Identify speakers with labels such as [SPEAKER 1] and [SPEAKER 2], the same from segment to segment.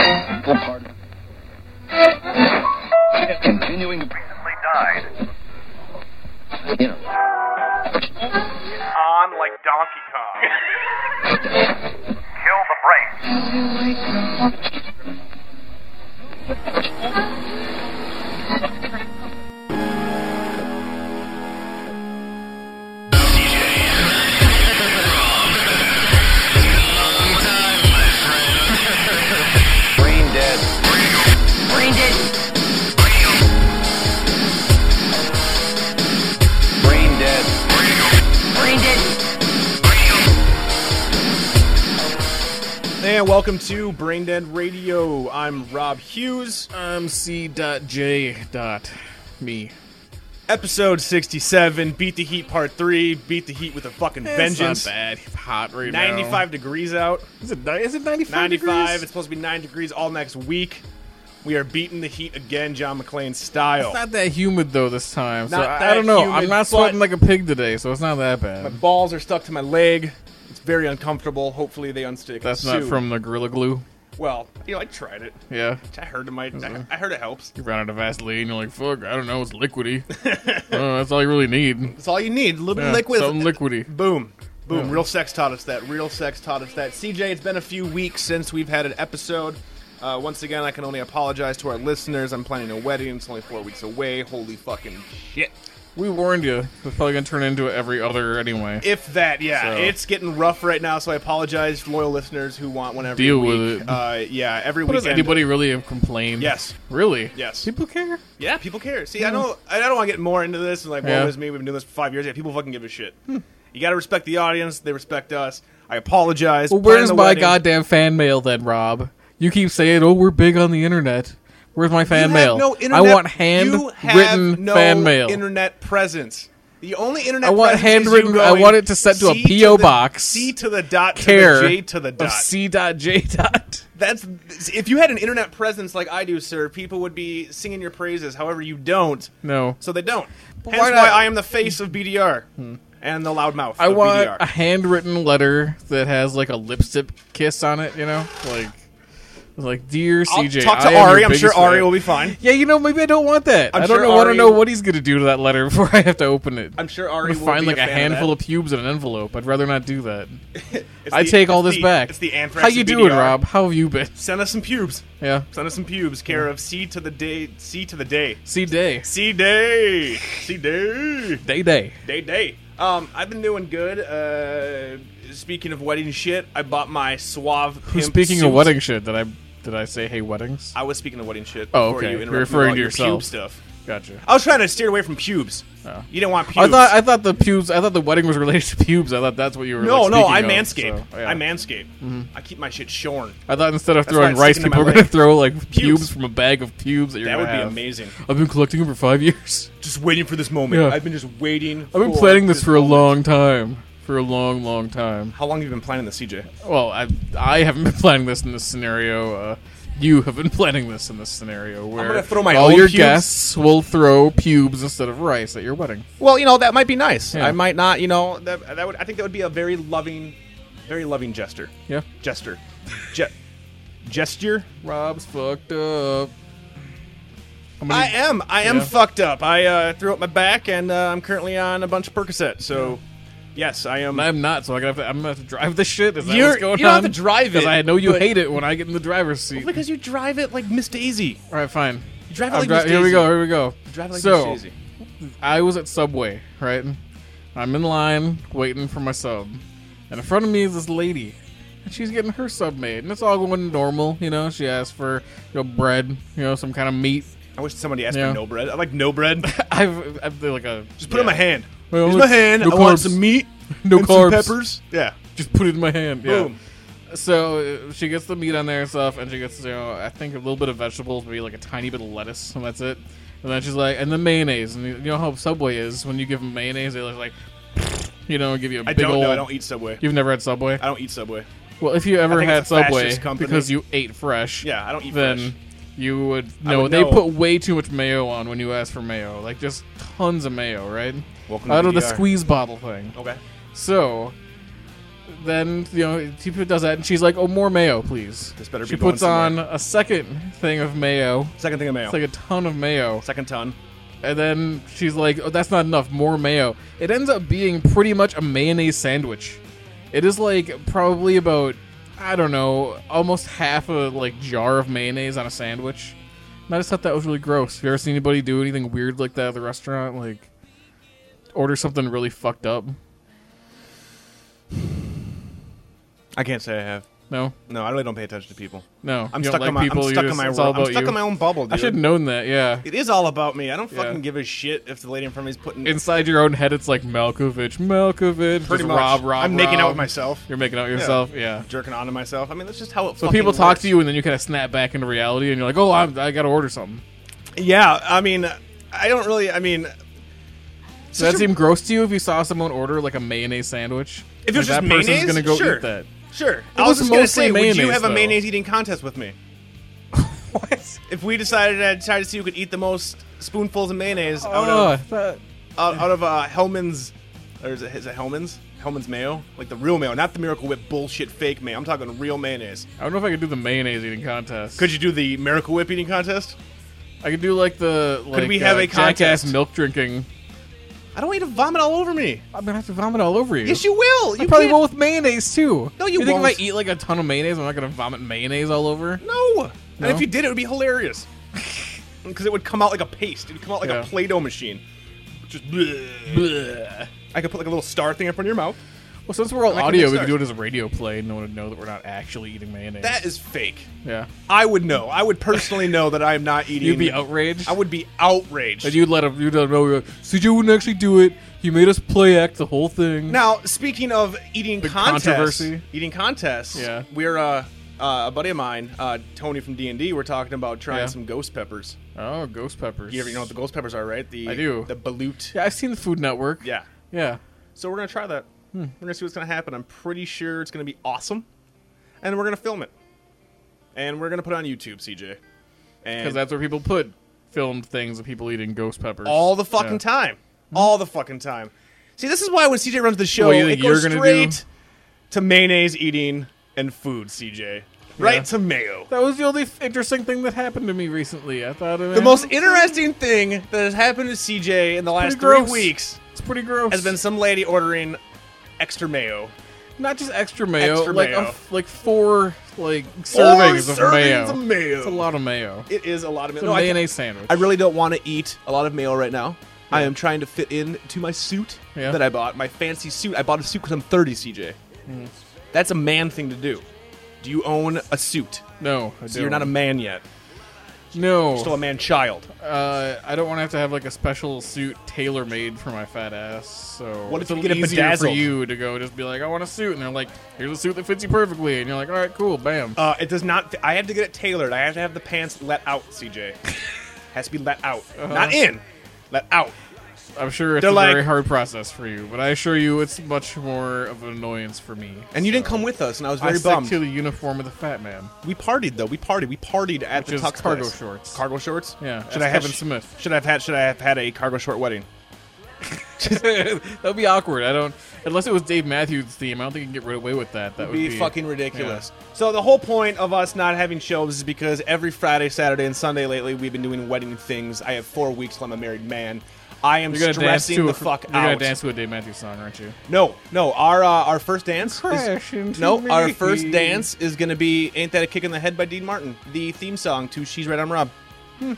[SPEAKER 1] Pardon. Continuing to
[SPEAKER 2] They died.
[SPEAKER 1] you know.
[SPEAKER 2] On like Donkey Kong. Kill the brakes.
[SPEAKER 3] Brain dead.
[SPEAKER 4] Brain dead.
[SPEAKER 3] Brain dead.
[SPEAKER 4] Brain dead.
[SPEAKER 5] And welcome to Brain Dead Radio. I'm Rob Hughes.
[SPEAKER 6] I'm C. Dot J. Dot me.
[SPEAKER 5] Episode 67, Beat the Heat Part 3, Beat the Heat with a fucking vengeance.
[SPEAKER 6] It's not bad. It's hot right now.
[SPEAKER 5] 95 degrees out.
[SPEAKER 6] Is it, ni- is it 95?
[SPEAKER 5] 95.
[SPEAKER 6] degrees?
[SPEAKER 5] It's supposed to be 9 degrees all next week. We are beating the heat again, John McClain style.
[SPEAKER 6] It's not that humid though this time. So
[SPEAKER 5] Not
[SPEAKER 6] I,
[SPEAKER 5] that
[SPEAKER 6] I don't know.
[SPEAKER 5] humid,
[SPEAKER 6] I'm not sweating
[SPEAKER 5] but-
[SPEAKER 6] like a pig today, so it's not that
[SPEAKER 5] My
[SPEAKER 6] bad.
[SPEAKER 5] balls are stuck to my leg. It's very uncomfortable. Hopefully they unstick.
[SPEAKER 6] That's
[SPEAKER 5] soon.
[SPEAKER 6] not from the Gorilla Glue.
[SPEAKER 5] Well, you know, I tried it.
[SPEAKER 6] Yeah.
[SPEAKER 5] I heard it might. I, I heard it helps.
[SPEAKER 6] You ran out of Vaseline. You're like, fuck. I don't know. It's liquidy. oh, that's all you really need.
[SPEAKER 5] That's all you need. A little bit
[SPEAKER 6] Yeah,
[SPEAKER 5] of liquid.
[SPEAKER 6] Something liquidy.
[SPEAKER 5] Boom.
[SPEAKER 6] Yeah.
[SPEAKER 5] Boom. Real sex taught us that. Real sex taught us that. CJ, it's been a few weeks since we've had an episode. Uh, once again, I can only apologize to our listeners. I'm planning a wedding. It's only four weeks away. Holy fucking shit.
[SPEAKER 6] We warned you. It's probably gonna turn into every other anyway.
[SPEAKER 5] If that, yeah.
[SPEAKER 6] So-
[SPEAKER 5] It's getting rough right now, so I apologize, loyal listeners who want one every
[SPEAKER 6] Deal
[SPEAKER 5] week.
[SPEAKER 6] with it.
[SPEAKER 5] Uh, yeah, every
[SPEAKER 6] But
[SPEAKER 5] week.
[SPEAKER 6] does anybody really have complained?
[SPEAKER 5] Yes.
[SPEAKER 6] Really?
[SPEAKER 5] Yes.
[SPEAKER 6] People care.
[SPEAKER 5] Yeah, people care. See, I don't. I don't want to get more into this and like,
[SPEAKER 6] Yeah. Hmm.
[SPEAKER 5] woe is me. We've been doing this for five years. Yeah, people fucking give a shit. You got to respect the audience. They respect us. I apologize.
[SPEAKER 6] Well,
[SPEAKER 5] Plan
[SPEAKER 6] where's
[SPEAKER 5] the
[SPEAKER 6] my
[SPEAKER 5] wedding.
[SPEAKER 6] goddamn fan mail then, Rob? You keep saying, "Oh, we're big on the internet." Where's my fan
[SPEAKER 5] You have
[SPEAKER 6] mail?
[SPEAKER 5] No
[SPEAKER 6] I
[SPEAKER 5] internet,
[SPEAKER 6] want hand
[SPEAKER 5] you have
[SPEAKER 6] written
[SPEAKER 5] no
[SPEAKER 6] fan mail.
[SPEAKER 5] Internet presence. The only internet.
[SPEAKER 6] I want
[SPEAKER 5] presence is you
[SPEAKER 6] handwritten- I
[SPEAKER 5] going
[SPEAKER 6] want it to set to a
[SPEAKER 5] C
[SPEAKER 6] P.O.
[SPEAKER 5] the-
[SPEAKER 6] box.
[SPEAKER 5] C to the dot.
[SPEAKER 6] care
[SPEAKER 5] To the J to the dot.
[SPEAKER 6] of C. Dot J. Dot.
[SPEAKER 5] That's if you had an internet presence like I do, sir. People would be singing your praises. However, you don't.
[SPEAKER 6] No,
[SPEAKER 5] So they don't. Hence why,
[SPEAKER 6] why not?
[SPEAKER 5] I am the face of BDR and the E loudmouth.
[SPEAKER 6] I
[SPEAKER 5] of
[SPEAKER 6] want
[SPEAKER 5] BDR.
[SPEAKER 6] a handwritten letter that has like a lipstick kiss on it. You know, like, like dear
[SPEAKER 5] I'll
[SPEAKER 6] CJ.
[SPEAKER 5] talk to
[SPEAKER 6] I am your
[SPEAKER 5] Ari. I'm sure
[SPEAKER 6] biggest
[SPEAKER 5] Ari
[SPEAKER 6] fan."
[SPEAKER 5] will be fine.
[SPEAKER 6] Yeah, you know, maybe I don't want that. I'm I
[SPEAKER 5] I'm
[SPEAKER 6] do not
[SPEAKER 5] sure
[SPEAKER 6] know. want to
[SPEAKER 5] Ari-
[SPEAKER 6] know what he's gonna do to that letter before I have to open it.
[SPEAKER 5] I'm sure
[SPEAKER 6] I'm
[SPEAKER 5] Ari
[SPEAKER 6] gonna
[SPEAKER 5] will
[SPEAKER 6] find
[SPEAKER 5] be
[SPEAKER 6] like
[SPEAKER 5] a, fan
[SPEAKER 6] handful
[SPEAKER 5] of,
[SPEAKER 6] of pubes in an envelope. I'd rather not do that.
[SPEAKER 5] that. It's
[SPEAKER 6] I
[SPEAKER 5] the-
[SPEAKER 6] take all
[SPEAKER 5] it's
[SPEAKER 6] this
[SPEAKER 5] the-
[SPEAKER 6] back.
[SPEAKER 5] It's the anthrax.
[SPEAKER 6] How you
[SPEAKER 5] of
[SPEAKER 6] doing,
[SPEAKER 5] BDR.
[SPEAKER 6] Rob? How have you been?
[SPEAKER 5] Send us some pubes.
[SPEAKER 6] Yeah.
[SPEAKER 5] Send us some pubes. Care of C to the day. C to the day.
[SPEAKER 6] See day.
[SPEAKER 5] C day. C day.
[SPEAKER 6] Day day.
[SPEAKER 5] Day day. Um, I've been doing good. Uh, speaking of wedding shit, I bought my suave. Pimp
[SPEAKER 6] Speaking
[SPEAKER 5] suit.
[SPEAKER 6] of wedding shit, did I did I say hey weddings?
[SPEAKER 5] I was speaking of wedding shit.
[SPEAKER 6] Oh,
[SPEAKER 5] before
[SPEAKER 6] okay.
[SPEAKER 5] You
[SPEAKER 6] You're
[SPEAKER 5] interrupted me
[SPEAKER 6] referring
[SPEAKER 5] about
[SPEAKER 6] to
[SPEAKER 5] your
[SPEAKER 6] yourself.
[SPEAKER 5] Pube stuff.
[SPEAKER 6] Gotcha.
[SPEAKER 5] I was trying to steer away from pubes.
[SPEAKER 6] Oh.
[SPEAKER 5] You didn't want pubes.
[SPEAKER 6] I thought I thought the pubes. I thought the wedding was related to pubes. I thought that's what you were.
[SPEAKER 5] no,
[SPEAKER 6] like,
[SPEAKER 5] no, I
[SPEAKER 6] speaking of,
[SPEAKER 5] manscape.
[SPEAKER 6] so, yeah. Mm-hmm.
[SPEAKER 5] I manscape. I keep my shit shorn.
[SPEAKER 6] I thought instead of
[SPEAKER 5] why
[SPEAKER 6] throwing
[SPEAKER 5] it's
[SPEAKER 6] rice,
[SPEAKER 5] sticking to
[SPEAKER 6] people were
[SPEAKER 5] my
[SPEAKER 6] gonna
[SPEAKER 5] leg.
[SPEAKER 6] throw like pubes.
[SPEAKER 5] Pubes.
[SPEAKER 6] from a bag of pubes. That, you're
[SPEAKER 5] That
[SPEAKER 6] gonna
[SPEAKER 5] would be
[SPEAKER 6] have.
[SPEAKER 5] amazing.
[SPEAKER 6] I've been collecting them for five years.
[SPEAKER 5] Just waiting for this moment.
[SPEAKER 6] Yeah.
[SPEAKER 5] I've been just waiting.
[SPEAKER 6] I've been
[SPEAKER 5] for
[SPEAKER 6] planning this for a
[SPEAKER 5] moment.
[SPEAKER 6] long time. For a long, long time.
[SPEAKER 5] How long have you been planning this, CJ?
[SPEAKER 6] Well, I I haven't been planning this in this scenario. Uh, you have been planning this in this scenario where
[SPEAKER 5] gonna throw my
[SPEAKER 6] all
[SPEAKER 5] own
[SPEAKER 6] your
[SPEAKER 5] pubes.
[SPEAKER 6] guests will throw pubes instead of rice at your wedding.
[SPEAKER 5] Well, you know that might be nice.
[SPEAKER 6] Yeah.
[SPEAKER 5] I might not. You know that, that would. I think that would be a very loving, very loving gesture.
[SPEAKER 6] Yeah,
[SPEAKER 5] Gesture. Je- gesture.
[SPEAKER 6] Rob's fucked up. I'm gonna-
[SPEAKER 5] I am. I am
[SPEAKER 6] Yeah.
[SPEAKER 5] fucked up. I uh, threw up my back, and uh, I'm currently on a bunch of Percocet. So, yes, I am.
[SPEAKER 6] I'm not, so I gotta have to, I'm gonna have to drive this shit. Is that
[SPEAKER 5] You're-
[SPEAKER 6] what's going
[SPEAKER 5] you don't
[SPEAKER 6] on?
[SPEAKER 5] have to drive
[SPEAKER 6] because
[SPEAKER 5] it,
[SPEAKER 6] I know you
[SPEAKER 5] but-
[SPEAKER 6] hate it when I get in the driver's seat.
[SPEAKER 5] because you drive it like Miss Daisy.
[SPEAKER 6] All right, fine.
[SPEAKER 5] You drive it
[SPEAKER 6] I'm
[SPEAKER 5] like
[SPEAKER 6] dri-
[SPEAKER 5] Miss
[SPEAKER 6] here we
[SPEAKER 5] Daisy.
[SPEAKER 6] go. Here we go.
[SPEAKER 5] Drive it like
[SPEAKER 6] so
[SPEAKER 5] Miss Daisy.
[SPEAKER 6] I was at Subway, right? I'm in line waiting for my sub, and in front of me is this lady, and she's getting her sub made, and it's all going normal, you know. She asked for you know bread, you know, some kind of meat.
[SPEAKER 5] I wish somebody asked
[SPEAKER 6] Yeah.
[SPEAKER 5] for no bread. I like no bread.
[SPEAKER 6] I've, I've like a
[SPEAKER 5] Just put it in my hand.
[SPEAKER 6] Well,
[SPEAKER 5] Here's my
[SPEAKER 6] let's-
[SPEAKER 5] hand.
[SPEAKER 6] no
[SPEAKER 5] I want
[SPEAKER 6] carbs.
[SPEAKER 5] some meat.
[SPEAKER 6] No
[SPEAKER 5] and
[SPEAKER 6] carbs.
[SPEAKER 5] Some peppers. Yeah.
[SPEAKER 6] Just put it in my hand. Yeah.
[SPEAKER 5] Boom.
[SPEAKER 6] So uh, she gets the meat on there and stuff, and she gets you know I think a little bit of vegetables, maybe like a tiny bit of lettuce, and that's it. And then she's like, and the mayonnaise, and you you know how Subway is when you give them mayonnaise, they look like, you know, give you a
[SPEAKER 5] I
[SPEAKER 6] big
[SPEAKER 5] don't
[SPEAKER 6] old.
[SPEAKER 5] know. I don't eat Subway.
[SPEAKER 6] You've never had Subway?
[SPEAKER 5] I don't eat Subway.
[SPEAKER 6] Well, if you ever
[SPEAKER 5] think
[SPEAKER 6] had
[SPEAKER 5] it's a fascist
[SPEAKER 6] Subway
[SPEAKER 5] company.
[SPEAKER 6] because you ate fresh,
[SPEAKER 5] Yeah, I don't eat
[SPEAKER 6] then
[SPEAKER 5] fresh.
[SPEAKER 6] you would
[SPEAKER 5] I
[SPEAKER 6] know
[SPEAKER 5] would
[SPEAKER 6] they
[SPEAKER 5] know.
[SPEAKER 6] put way too much mayo on when you ask for mayo, like just tons of mayo, right?
[SPEAKER 5] Welcome to
[SPEAKER 6] Out of the
[SPEAKER 5] DDR.
[SPEAKER 6] squeeze bottle thing.
[SPEAKER 5] Okay.
[SPEAKER 6] So then you know she does that, and she's like, "Oh, more mayo, please."
[SPEAKER 5] This better be
[SPEAKER 6] she
[SPEAKER 5] going
[SPEAKER 6] puts on a second thing of mayo.
[SPEAKER 5] Second thing of mayo.
[SPEAKER 6] It's like a ton of mayo,
[SPEAKER 5] Second ton.
[SPEAKER 6] and then she's like, "Oh, that's not enough. More mayo." It ends up being pretty much a mayonnaise sandwich. It is like probably about I don't know, almost half a like jar of mayonnaise on a sandwich. And I just thought that was really gross. Have you ever seen anybody do anything weird like that at the restaurant? Like order something really fucked up?
[SPEAKER 5] I can't say I have.
[SPEAKER 6] No,
[SPEAKER 5] No, I really don't pay attention to people.
[SPEAKER 6] no.
[SPEAKER 5] I'm
[SPEAKER 6] You don't
[SPEAKER 5] stuck
[SPEAKER 6] like
[SPEAKER 5] in my
[SPEAKER 6] people.
[SPEAKER 5] I'm
[SPEAKER 6] you
[SPEAKER 5] stuck in
[SPEAKER 6] just-
[SPEAKER 5] my world.
[SPEAKER 6] it's all
[SPEAKER 5] I'm
[SPEAKER 6] about
[SPEAKER 5] stuck
[SPEAKER 6] you.
[SPEAKER 5] in my own bubble, dude.
[SPEAKER 6] I should have known that. Yeah.
[SPEAKER 5] It is all about me. I don't
[SPEAKER 6] Yeah.
[SPEAKER 5] fucking give a shit if the lady in front of me is putting
[SPEAKER 6] Inside your own head, it's like Malkovich, Malkovich,
[SPEAKER 5] pretty
[SPEAKER 6] just
[SPEAKER 5] much.
[SPEAKER 6] Rob, Rob.
[SPEAKER 5] I'm making out
[SPEAKER 6] Rob.
[SPEAKER 5] with myself,
[SPEAKER 6] You're making out with yourself. Yeah.
[SPEAKER 5] jerking onto myself. I mean, that's just how it.
[SPEAKER 6] So people talk to you, and then you kind of snap back into reality, and you're like, "Oh, I'm, I got to order something."
[SPEAKER 5] Yeah, I mean, I don't really. I mean,
[SPEAKER 6] Does that
[SPEAKER 5] Such a-
[SPEAKER 6] seem gross to you if you saw someone order like a mayonnaise sandwich?
[SPEAKER 5] If it
[SPEAKER 6] Like,
[SPEAKER 5] was just
[SPEAKER 6] that person's
[SPEAKER 5] mayonnaise,
[SPEAKER 6] gonna go
[SPEAKER 5] sure.
[SPEAKER 6] eat that.
[SPEAKER 5] sure. I was
[SPEAKER 6] was
[SPEAKER 5] just gonna
[SPEAKER 6] mostly
[SPEAKER 5] say, would you
[SPEAKER 6] mayonnaise,
[SPEAKER 5] have a
[SPEAKER 6] though.
[SPEAKER 5] mayonnaise eating contest with me?
[SPEAKER 6] What?
[SPEAKER 5] If we decided to try to see who could eat the most spoonfuls of mayonnaise out of
[SPEAKER 6] Oh, that-
[SPEAKER 5] out, out of uh, Hellman's, or is it, is it Hellman's? Hellman's mayo, like the real mayo, not the Miracle Whip bullshit fake mayo. I'm talking real mayonnaise.
[SPEAKER 6] I don't know if I could do the mayonnaise eating contest.
[SPEAKER 5] Could you do the Miracle Whip eating contest?
[SPEAKER 6] I could do like the like
[SPEAKER 5] we have
[SPEAKER 6] uh,
[SPEAKER 5] a
[SPEAKER 6] jackass
[SPEAKER 5] contest?
[SPEAKER 6] milk drinking.
[SPEAKER 5] I don't want you to vomit all over me.
[SPEAKER 6] I'm gonna have to vomit all over you.
[SPEAKER 5] Yes, you will. You
[SPEAKER 6] I probably
[SPEAKER 5] can't-
[SPEAKER 6] will with mayonnaise too.
[SPEAKER 5] No, you
[SPEAKER 6] you think
[SPEAKER 5] won't.
[SPEAKER 6] if I eat like a ton of mayonnaise, I'm not gonna vomit mayonnaise all over?
[SPEAKER 5] No.
[SPEAKER 6] No?
[SPEAKER 5] And if you did, it would be hilarious. Because it would come out like a paste. It would come out like
[SPEAKER 6] Yeah.
[SPEAKER 5] a Play-Doh machine. Just. bleh.
[SPEAKER 6] Bleh.
[SPEAKER 5] I could put like a little star thing in front of your mouth.
[SPEAKER 6] Well, since we're all
[SPEAKER 5] Like a
[SPEAKER 6] audio,
[SPEAKER 5] big
[SPEAKER 6] we could do
[SPEAKER 5] star.
[SPEAKER 6] it as a radio play, and no one would know that we're not actually eating mayonnaise.
[SPEAKER 5] That is fake.
[SPEAKER 6] yeah,
[SPEAKER 5] I would know. I would personally know that I am not eating.
[SPEAKER 6] you'd be outraged.
[SPEAKER 5] I would be outraged.
[SPEAKER 6] And you'd let him. You'd let him know. Like, CJ wouldn't actually do it. He made us play act the whole thing.
[SPEAKER 5] Now, speaking of eating
[SPEAKER 6] Big
[SPEAKER 5] contests,
[SPEAKER 6] controversy.
[SPEAKER 5] eating contests,
[SPEAKER 6] Yeah.
[SPEAKER 5] we're uh, uh, a buddy of mine, uh, Tony from D and D. We're talking about trying
[SPEAKER 6] Yeah.
[SPEAKER 5] some ghost peppers.
[SPEAKER 6] Oh, ghost peppers.
[SPEAKER 5] You ever you know what the ghost peppers are, right? The
[SPEAKER 6] I do.
[SPEAKER 5] the balut.
[SPEAKER 6] yeah, I've seen the Food Network.
[SPEAKER 5] Yeah.
[SPEAKER 6] yeah.
[SPEAKER 5] So we're gonna try that.
[SPEAKER 6] Hmm.
[SPEAKER 5] We're gonna see what's gonna happen. I'm pretty sure it's gonna be awesome, and we're gonna film it, and we're gonna put it on YouTube, CJ,
[SPEAKER 6] Because
[SPEAKER 5] and
[SPEAKER 6] that's where people put filmed things of people eating ghost peppers
[SPEAKER 5] all the fucking
[SPEAKER 6] Yeah.
[SPEAKER 5] time, all the fucking time. See, this is why when CJ runs the show,
[SPEAKER 6] What, you
[SPEAKER 5] it
[SPEAKER 6] think
[SPEAKER 5] goes
[SPEAKER 6] you're gonna
[SPEAKER 5] straight
[SPEAKER 6] do-
[SPEAKER 5] to mayonnaise eating and food, CJ.
[SPEAKER 6] Yeah.
[SPEAKER 5] Right to mayo.
[SPEAKER 6] That was the only f- interesting thing that happened to me recently. I thought it
[SPEAKER 5] The most interesting thing that has happened to CJ in the last
[SPEAKER 6] pretty
[SPEAKER 5] three
[SPEAKER 6] gross.
[SPEAKER 5] weeks
[SPEAKER 6] It's pretty gross.
[SPEAKER 5] has been some lady ordering extra mayo.
[SPEAKER 6] not just extra mayo,
[SPEAKER 5] Extra
[SPEAKER 6] like a
[SPEAKER 5] mayo.
[SPEAKER 6] f- like four like servings,
[SPEAKER 5] Four servings
[SPEAKER 6] of, mayo.
[SPEAKER 5] of mayo.
[SPEAKER 6] It's a lot of mayo.
[SPEAKER 5] It is a lot of
[SPEAKER 6] It's a
[SPEAKER 5] no, I can't-
[SPEAKER 6] mayonnaise sandwich.
[SPEAKER 5] I really don't want to eat a lot of mayo right now. I am trying to fit in to my suit
[SPEAKER 6] Yeah.
[SPEAKER 5] that I bought, my fancy suit. I bought a suit because I'm 30, CJ. That's a man thing to do. Do you own a suit?
[SPEAKER 6] no, I
[SPEAKER 5] So you're not a
[SPEAKER 6] don't.
[SPEAKER 5] man yet.
[SPEAKER 6] no.
[SPEAKER 5] Still a man child.
[SPEAKER 6] Uh, I don't want to have to have like a special suit tailor made for my fat ass. So
[SPEAKER 5] What if
[SPEAKER 6] it's a
[SPEAKER 5] you
[SPEAKER 6] little
[SPEAKER 5] get it
[SPEAKER 6] easier for
[SPEAKER 5] bedazzled?
[SPEAKER 6] you to go just be like, I want a suit, and they're like, here's a suit that fits you perfectly, and you're like, all right, cool, bam.
[SPEAKER 5] Uh, it does not. I have to get it tailored. I have to have the pants let out, CJ. Has to be let out,
[SPEAKER 6] Uh-huh.
[SPEAKER 5] not in. Let out.
[SPEAKER 6] I'm sure it's a
[SPEAKER 5] they're
[SPEAKER 6] very
[SPEAKER 5] like-
[SPEAKER 6] hard process for you, but I assure you, it's much more of an annoyance for me.
[SPEAKER 5] And you didn't
[SPEAKER 6] So,
[SPEAKER 5] come with us, and I was
[SPEAKER 6] I
[SPEAKER 5] very
[SPEAKER 6] stuck
[SPEAKER 5] bummed.
[SPEAKER 6] to the uniform of the fat man.
[SPEAKER 5] we partied though. We partied. We partied at
[SPEAKER 6] Which is
[SPEAKER 5] the tux
[SPEAKER 6] cargo
[SPEAKER 5] place.
[SPEAKER 6] shorts.
[SPEAKER 5] Cargo shorts.
[SPEAKER 6] Yeah,
[SPEAKER 5] Should
[SPEAKER 6] ask
[SPEAKER 5] I have
[SPEAKER 6] Kevin Smith.
[SPEAKER 5] Should I have had? Should I have had a cargo short wedding?
[SPEAKER 6] that would be awkward. I don't, unless it was Dave Matthews' theme. I don't think you can get away with that. That would
[SPEAKER 5] be, fucking ridiculous. So the whole point of us not having shows is because every Friday, Saturday, and Sunday lately we've been doing wedding things. I have four weeks till I'm a married man. I am
[SPEAKER 6] You're gonna dance
[SPEAKER 5] stressing
[SPEAKER 6] to
[SPEAKER 5] the
[SPEAKER 6] a,
[SPEAKER 5] fuck
[SPEAKER 6] You're gonna
[SPEAKER 5] out.
[SPEAKER 6] dance to a Dave Matthews song, aren't you?
[SPEAKER 5] No, no. Our uh, our first dance. is,
[SPEAKER 6] Crash into
[SPEAKER 5] no, our
[SPEAKER 6] me.
[SPEAKER 5] first dance is gonna be "Ain't That a Kick in the Head" by Dean Martin, the theme song to "She's Right on Rob." Hmm.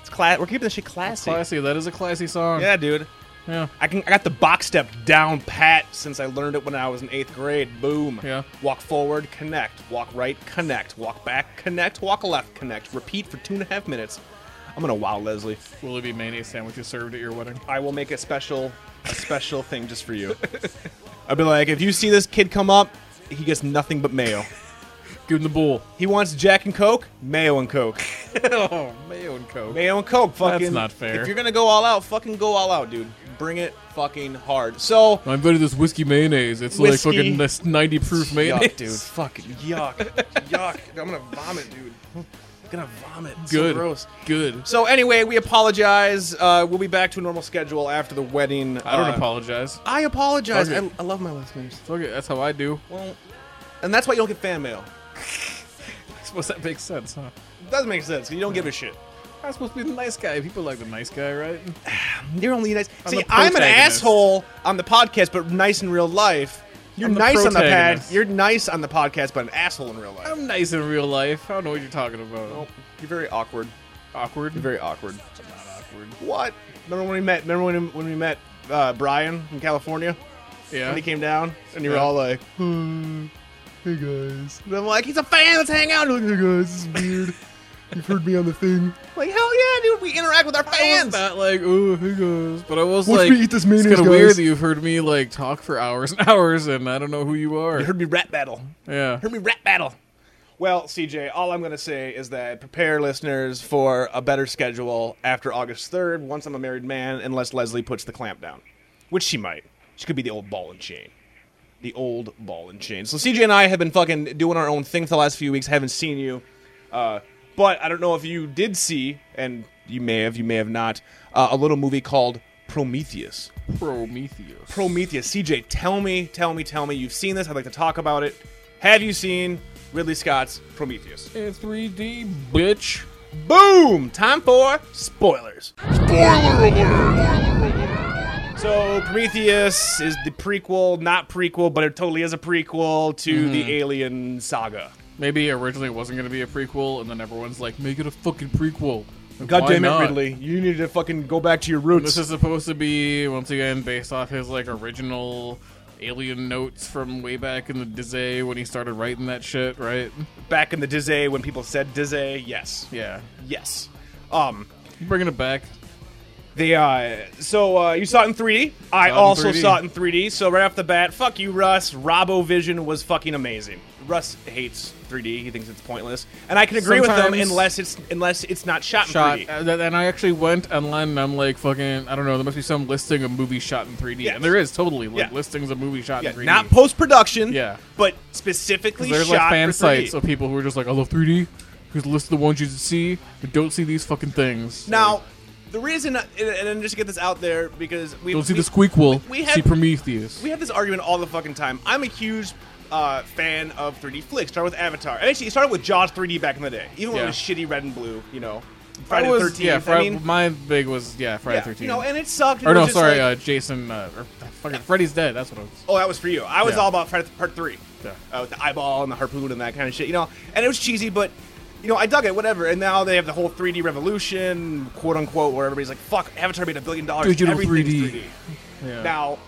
[SPEAKER 5] It's class. We're keeping this shit classy.
[SPEAKER 6] Classy. That is a classy song.
[SPEAKER 5] Yeah, dude.
[SPEAKER 6] Yeah.
[SPEAKER 5] I can. I got the box step down pat since I learned it when I was in eighth grade. Boom.
[SPEAKER 6] Yeah.
[SPEAKER 5] Walk forward, connect. Walk right, connect. Walk back, connect. Walk left, connect. Repeat for two and a half minutes. I'm gonna wow Leslie.
[SPEAKER 6] Will it be mayonnaise sandwiches served at your wedding?
[SPEAKER 5] I will make a special a special thing just for you. I'll be like, if you see this kid come up, he gets nothing but mayo.
[SPEAKER 6] Give him the bull.
[SPEAKER 5] He wants Jack and Coke, mayo and Coke.
[SPEAKER 6] oh, mayo and coke.
[SPEAKER 5] Mayo and Coke, fucking
[SPEAKER 6] not fair.
[SPEAKER 5] If you're gonna go all out, fucking go all out, dude. Bring it fucking hard. So
[SPEAKER 6] I invented this whiskey mayonnaise. It's
[SPEAKER 5] Whiskey.
[SPEAKER 6] like fucking this 90 proof mayonnaise.
[SPEAKER 5] Yuck, dude. Fucking yuck. yuck. I'm gonna vomit, dude. gonna vomit. It's
[SPEAKER 6] Good.
[SPEAKER 5] So gross.
[SPEAKER 6] Good.
[SPEAKER 5] So anyway, we apologize. Uh, we'll be back to a normal schedule after the wedding.
[SPEAKER 6] I don't
[SPEAKER 5] Uh,
[SPEAKER 6] apologize.
[SPEAKER 5] I apologize.
[SPEAKER 6] Fuck
[SPEAKER 5] I,
[SPEAKER 6] it.
[SPEAKER 5] I love my listeners,
[SPEAKER 6] Fuck it, that's how I do.
[SPEAKER 5] and that's why you don't get fan mail.
[SPEAKER 6] I suppose that makes sense, huh?
[SPEAKER 5] It doesn't make sense. 'cause You don't give a shit.
[SPEAKER 6] I'm supposed to be the nice guy. People like the nice guy, right?
[SPEAKER 5] You're only nice.
[SPEAKER 6] I'm
[SPEAKER 5] See,
[SPEAKER 6] the
[SPEAKER 5] I'm an
[SPEAKER 6] protagonist.
[SPEAKER 5] asshole on the podcast, but nice in real life. You're
[SPEAKER 6] I'm the
[SPEAKER 5] nice on the pad.
[SPEAKER 6] protagonist.
[SPEAKER 5] You're nice on the podcast, but an asshole in real life.
[SPEAKER 6] I'm nice in real life. I don't know what you're talking about.
[SPEAKER 5] You're very awkward.
[SPEAKER 6] Awkward.
[SPEAKER 5] You're very awkward.
[SPEAKER 6] not awkward.
[SPEAKER 5] What? Remember when we met? Remember when when we met uh, Brian from California?
[SPEAKER 6] Yeah.
[SPEAKER 5] When he came down, and you were
[SPEAKER 6] Yeah.
[SPEAKER 5] all like, "Hmm, "Hey guys," and I'm like, "He's a fan. Let's hang out." Like, hey guys, this is weird. You've heard me on the thing. Like hell yeah, dude. We interact with our
[SPEAKER 6] I
[SPEAKER 5] fans.
[SPEAKER 6] was not like, oh, hey guys. But I was
[SPEAKER 5] Watch
[SPEAKER 6] like,
[SPEAKER 5] me eat this
[SPEAKER 6] it's
[SPEAKER 5] mayonnaise,
[SPEAKER 6] kind of weird
[SPEAKER 5] guys."
[SPEAKER 6] that you've heard me like talk for hours and hours, and I don't know who you are.
[SPEAKER 5] You heard me rap battle.
[SPEAKER 6] yeah.
[SPEAKER 5] Heard me rap battle. Well, CJ, all I'm going to say is that prepare listeners for a better schedule after August 3rd, once I'm a married man, unless Leslie puts the clamp down, which she might. She could be the old ball and chain. The old ball and chain. So CJ and I have been fucking doing our own thing for the last few weeks. Haven't seen you. Uh, but I don't know if you did see, and you may have, you may have not, uh, a little movie called Prometheus.
[SPEAKER 6] Prometheus.
[SPEAKER 5] Prometheus. CJ, tell me, tell me, tell me. You've seen this. I'd like to talk about it. Have you seen Ridley Scott's Prometheus?
[SPEAKER 6] In 3D, bitch.
[SPEAKER 5] Boom! Time for spoilers.
[SPEAKER 7] Spoiler alert!
[SPEAKER 5] So, Prometheus is the prequel, not prequel, but it totally is a prequel to
[SPEAKER 6] Mm-hmm.
[SPEAKER 5] the Alien saga.
[SPEAKER 6] Maybe originally it wasn't gonna be a prequel, and then everyone's like, make it a fucking prequel. Like,
[SPEAKER 5] God
[SPEAKER 6] why
[SPEAKER 5] damn it,
[SPEAKER 6] not?
[SPEAKER 5] Ridley. You need to fucking go back to your roots.
[SPEAKER 6] This is supposed to be once again based off his like original alien notes from way back in the Dizay when he started writing that shit, right?
[SPEAKER 5] back in the Dizay when people said Dizay. Yes.
[SPEAKER 6] Yeah,
[SPEAKER 5] Yes. Um,
[SPEAKER 6] You bringing it back.
[SPEAKER 5] They uh so uh you saw it in 3D. I
[SPEAKER 6] Saw it in
[SPEAKER 5] also
[SPEAKER 6] 3D.
[SPEAKER 5] saw it in 3D. So right off the bat, fuck you Russ. Robovision was fucking amazing. Russ hates 3D. He thinks it's pointless. And I can agree with him
[SPEAKER 6] Sometimes-
[SPEAKER 5] unless it's unless it's not shot,
[SPEAKER 6] Shot,
[SPEAKER 5] in 3D.
[SPEAKER 6] uh, th- and I actually went online and I'm like, fucking, I don't know. There must be some listing of movies shot in 3D,
[SPEAKER 5] Yes.
[SPEAKER 6] and there is totally like
[SPEAKER 5] Yeah.
[SPEAKER 6] listings of movies shot
[SPEAKER 5] yeah,
[SPEAKER 6] in 3D.
[SPEAKER 5] not post production.
[SPEAKER 6] Yeah.
[SPEAKER 5] But specifically
[SPEAKER 6] there's
[SPEAKER 5] shot
[SPEAKER 6] like fan
[SPEAKER 5] for 3D.
[SPEAKER 6] sites of people who are just like, I love 3D. Here's a list of the ones you should see, but don't see these fucking things.
[SPEAKER 5] Now, the reason and, and just to get this out there because we
[SPEAKER 6] don't see
[SPEAKER 5] we-
[SPEAKER 6] the squeak wool.
[SPEAKER 5] we
[SPEAKER 6] see
[SPEAKER 5] have-
[SPEAKER 6] Prometheus.
[SPEAKER 5] We have this argument all the fucking time. I'm a huge uh, fan of 3D flicks. Start with Avatar. And actually, it started with Jaws 3D back in the day, even when
[SPEAKER 6] Yeah.
[SPEAKER 5] it was shitty red and blue. You know,
[SPEAKER 6] I
[SPEAKER 5] Friday
[SPEAKER 6] was-
[SPEAKER 5] the 13th.
[SPEAKER 6] Yeah,
[SPEAKER 5] I
[SPEAKER 6] Fri-
[SPEAKER 5] mean,
[SPEAKER 6] my big was yeah Friday
[SPEAKER 5] yeah,
[SPEAKER 6] the 13th.
[SPEAKER 5] you know, and it sucked. It
[SPEAKER 6] or
[SPEAKER 5] was
[SPEAKER 6] no,
[SPEAKER 5] just
[SPEAKER 6] sorry,
[SPEAKER 5] like-
[SPEAKER 6] uh, Jason. Uh, or fucking Freddy's dead. That's what it was.
[SPEAKER 5] oh, that was for you. I was
[SPEAKER 6] yeah.
[SPEAKER 5] all about Friday the Part Three,
[SPEAKER 6] Yeah.
[SPEAKER 5] uh, with the eyeball and the harpoon and that kind of shit. You know, and it was cheesy, but. You know, I dug it, whatever. And now they have the whole 3D revolution, quote unquote, where everybody's like, "Fuck, Avatar made a billion dollars."
[SPEAKER 6] Digital
[SPEAKER 5] everything's
[SPEAKER 6] 3D.
[SPEAKER 5] 3D.
[SPEAKER 6] Yeah.
[SPEAKER 5] Now,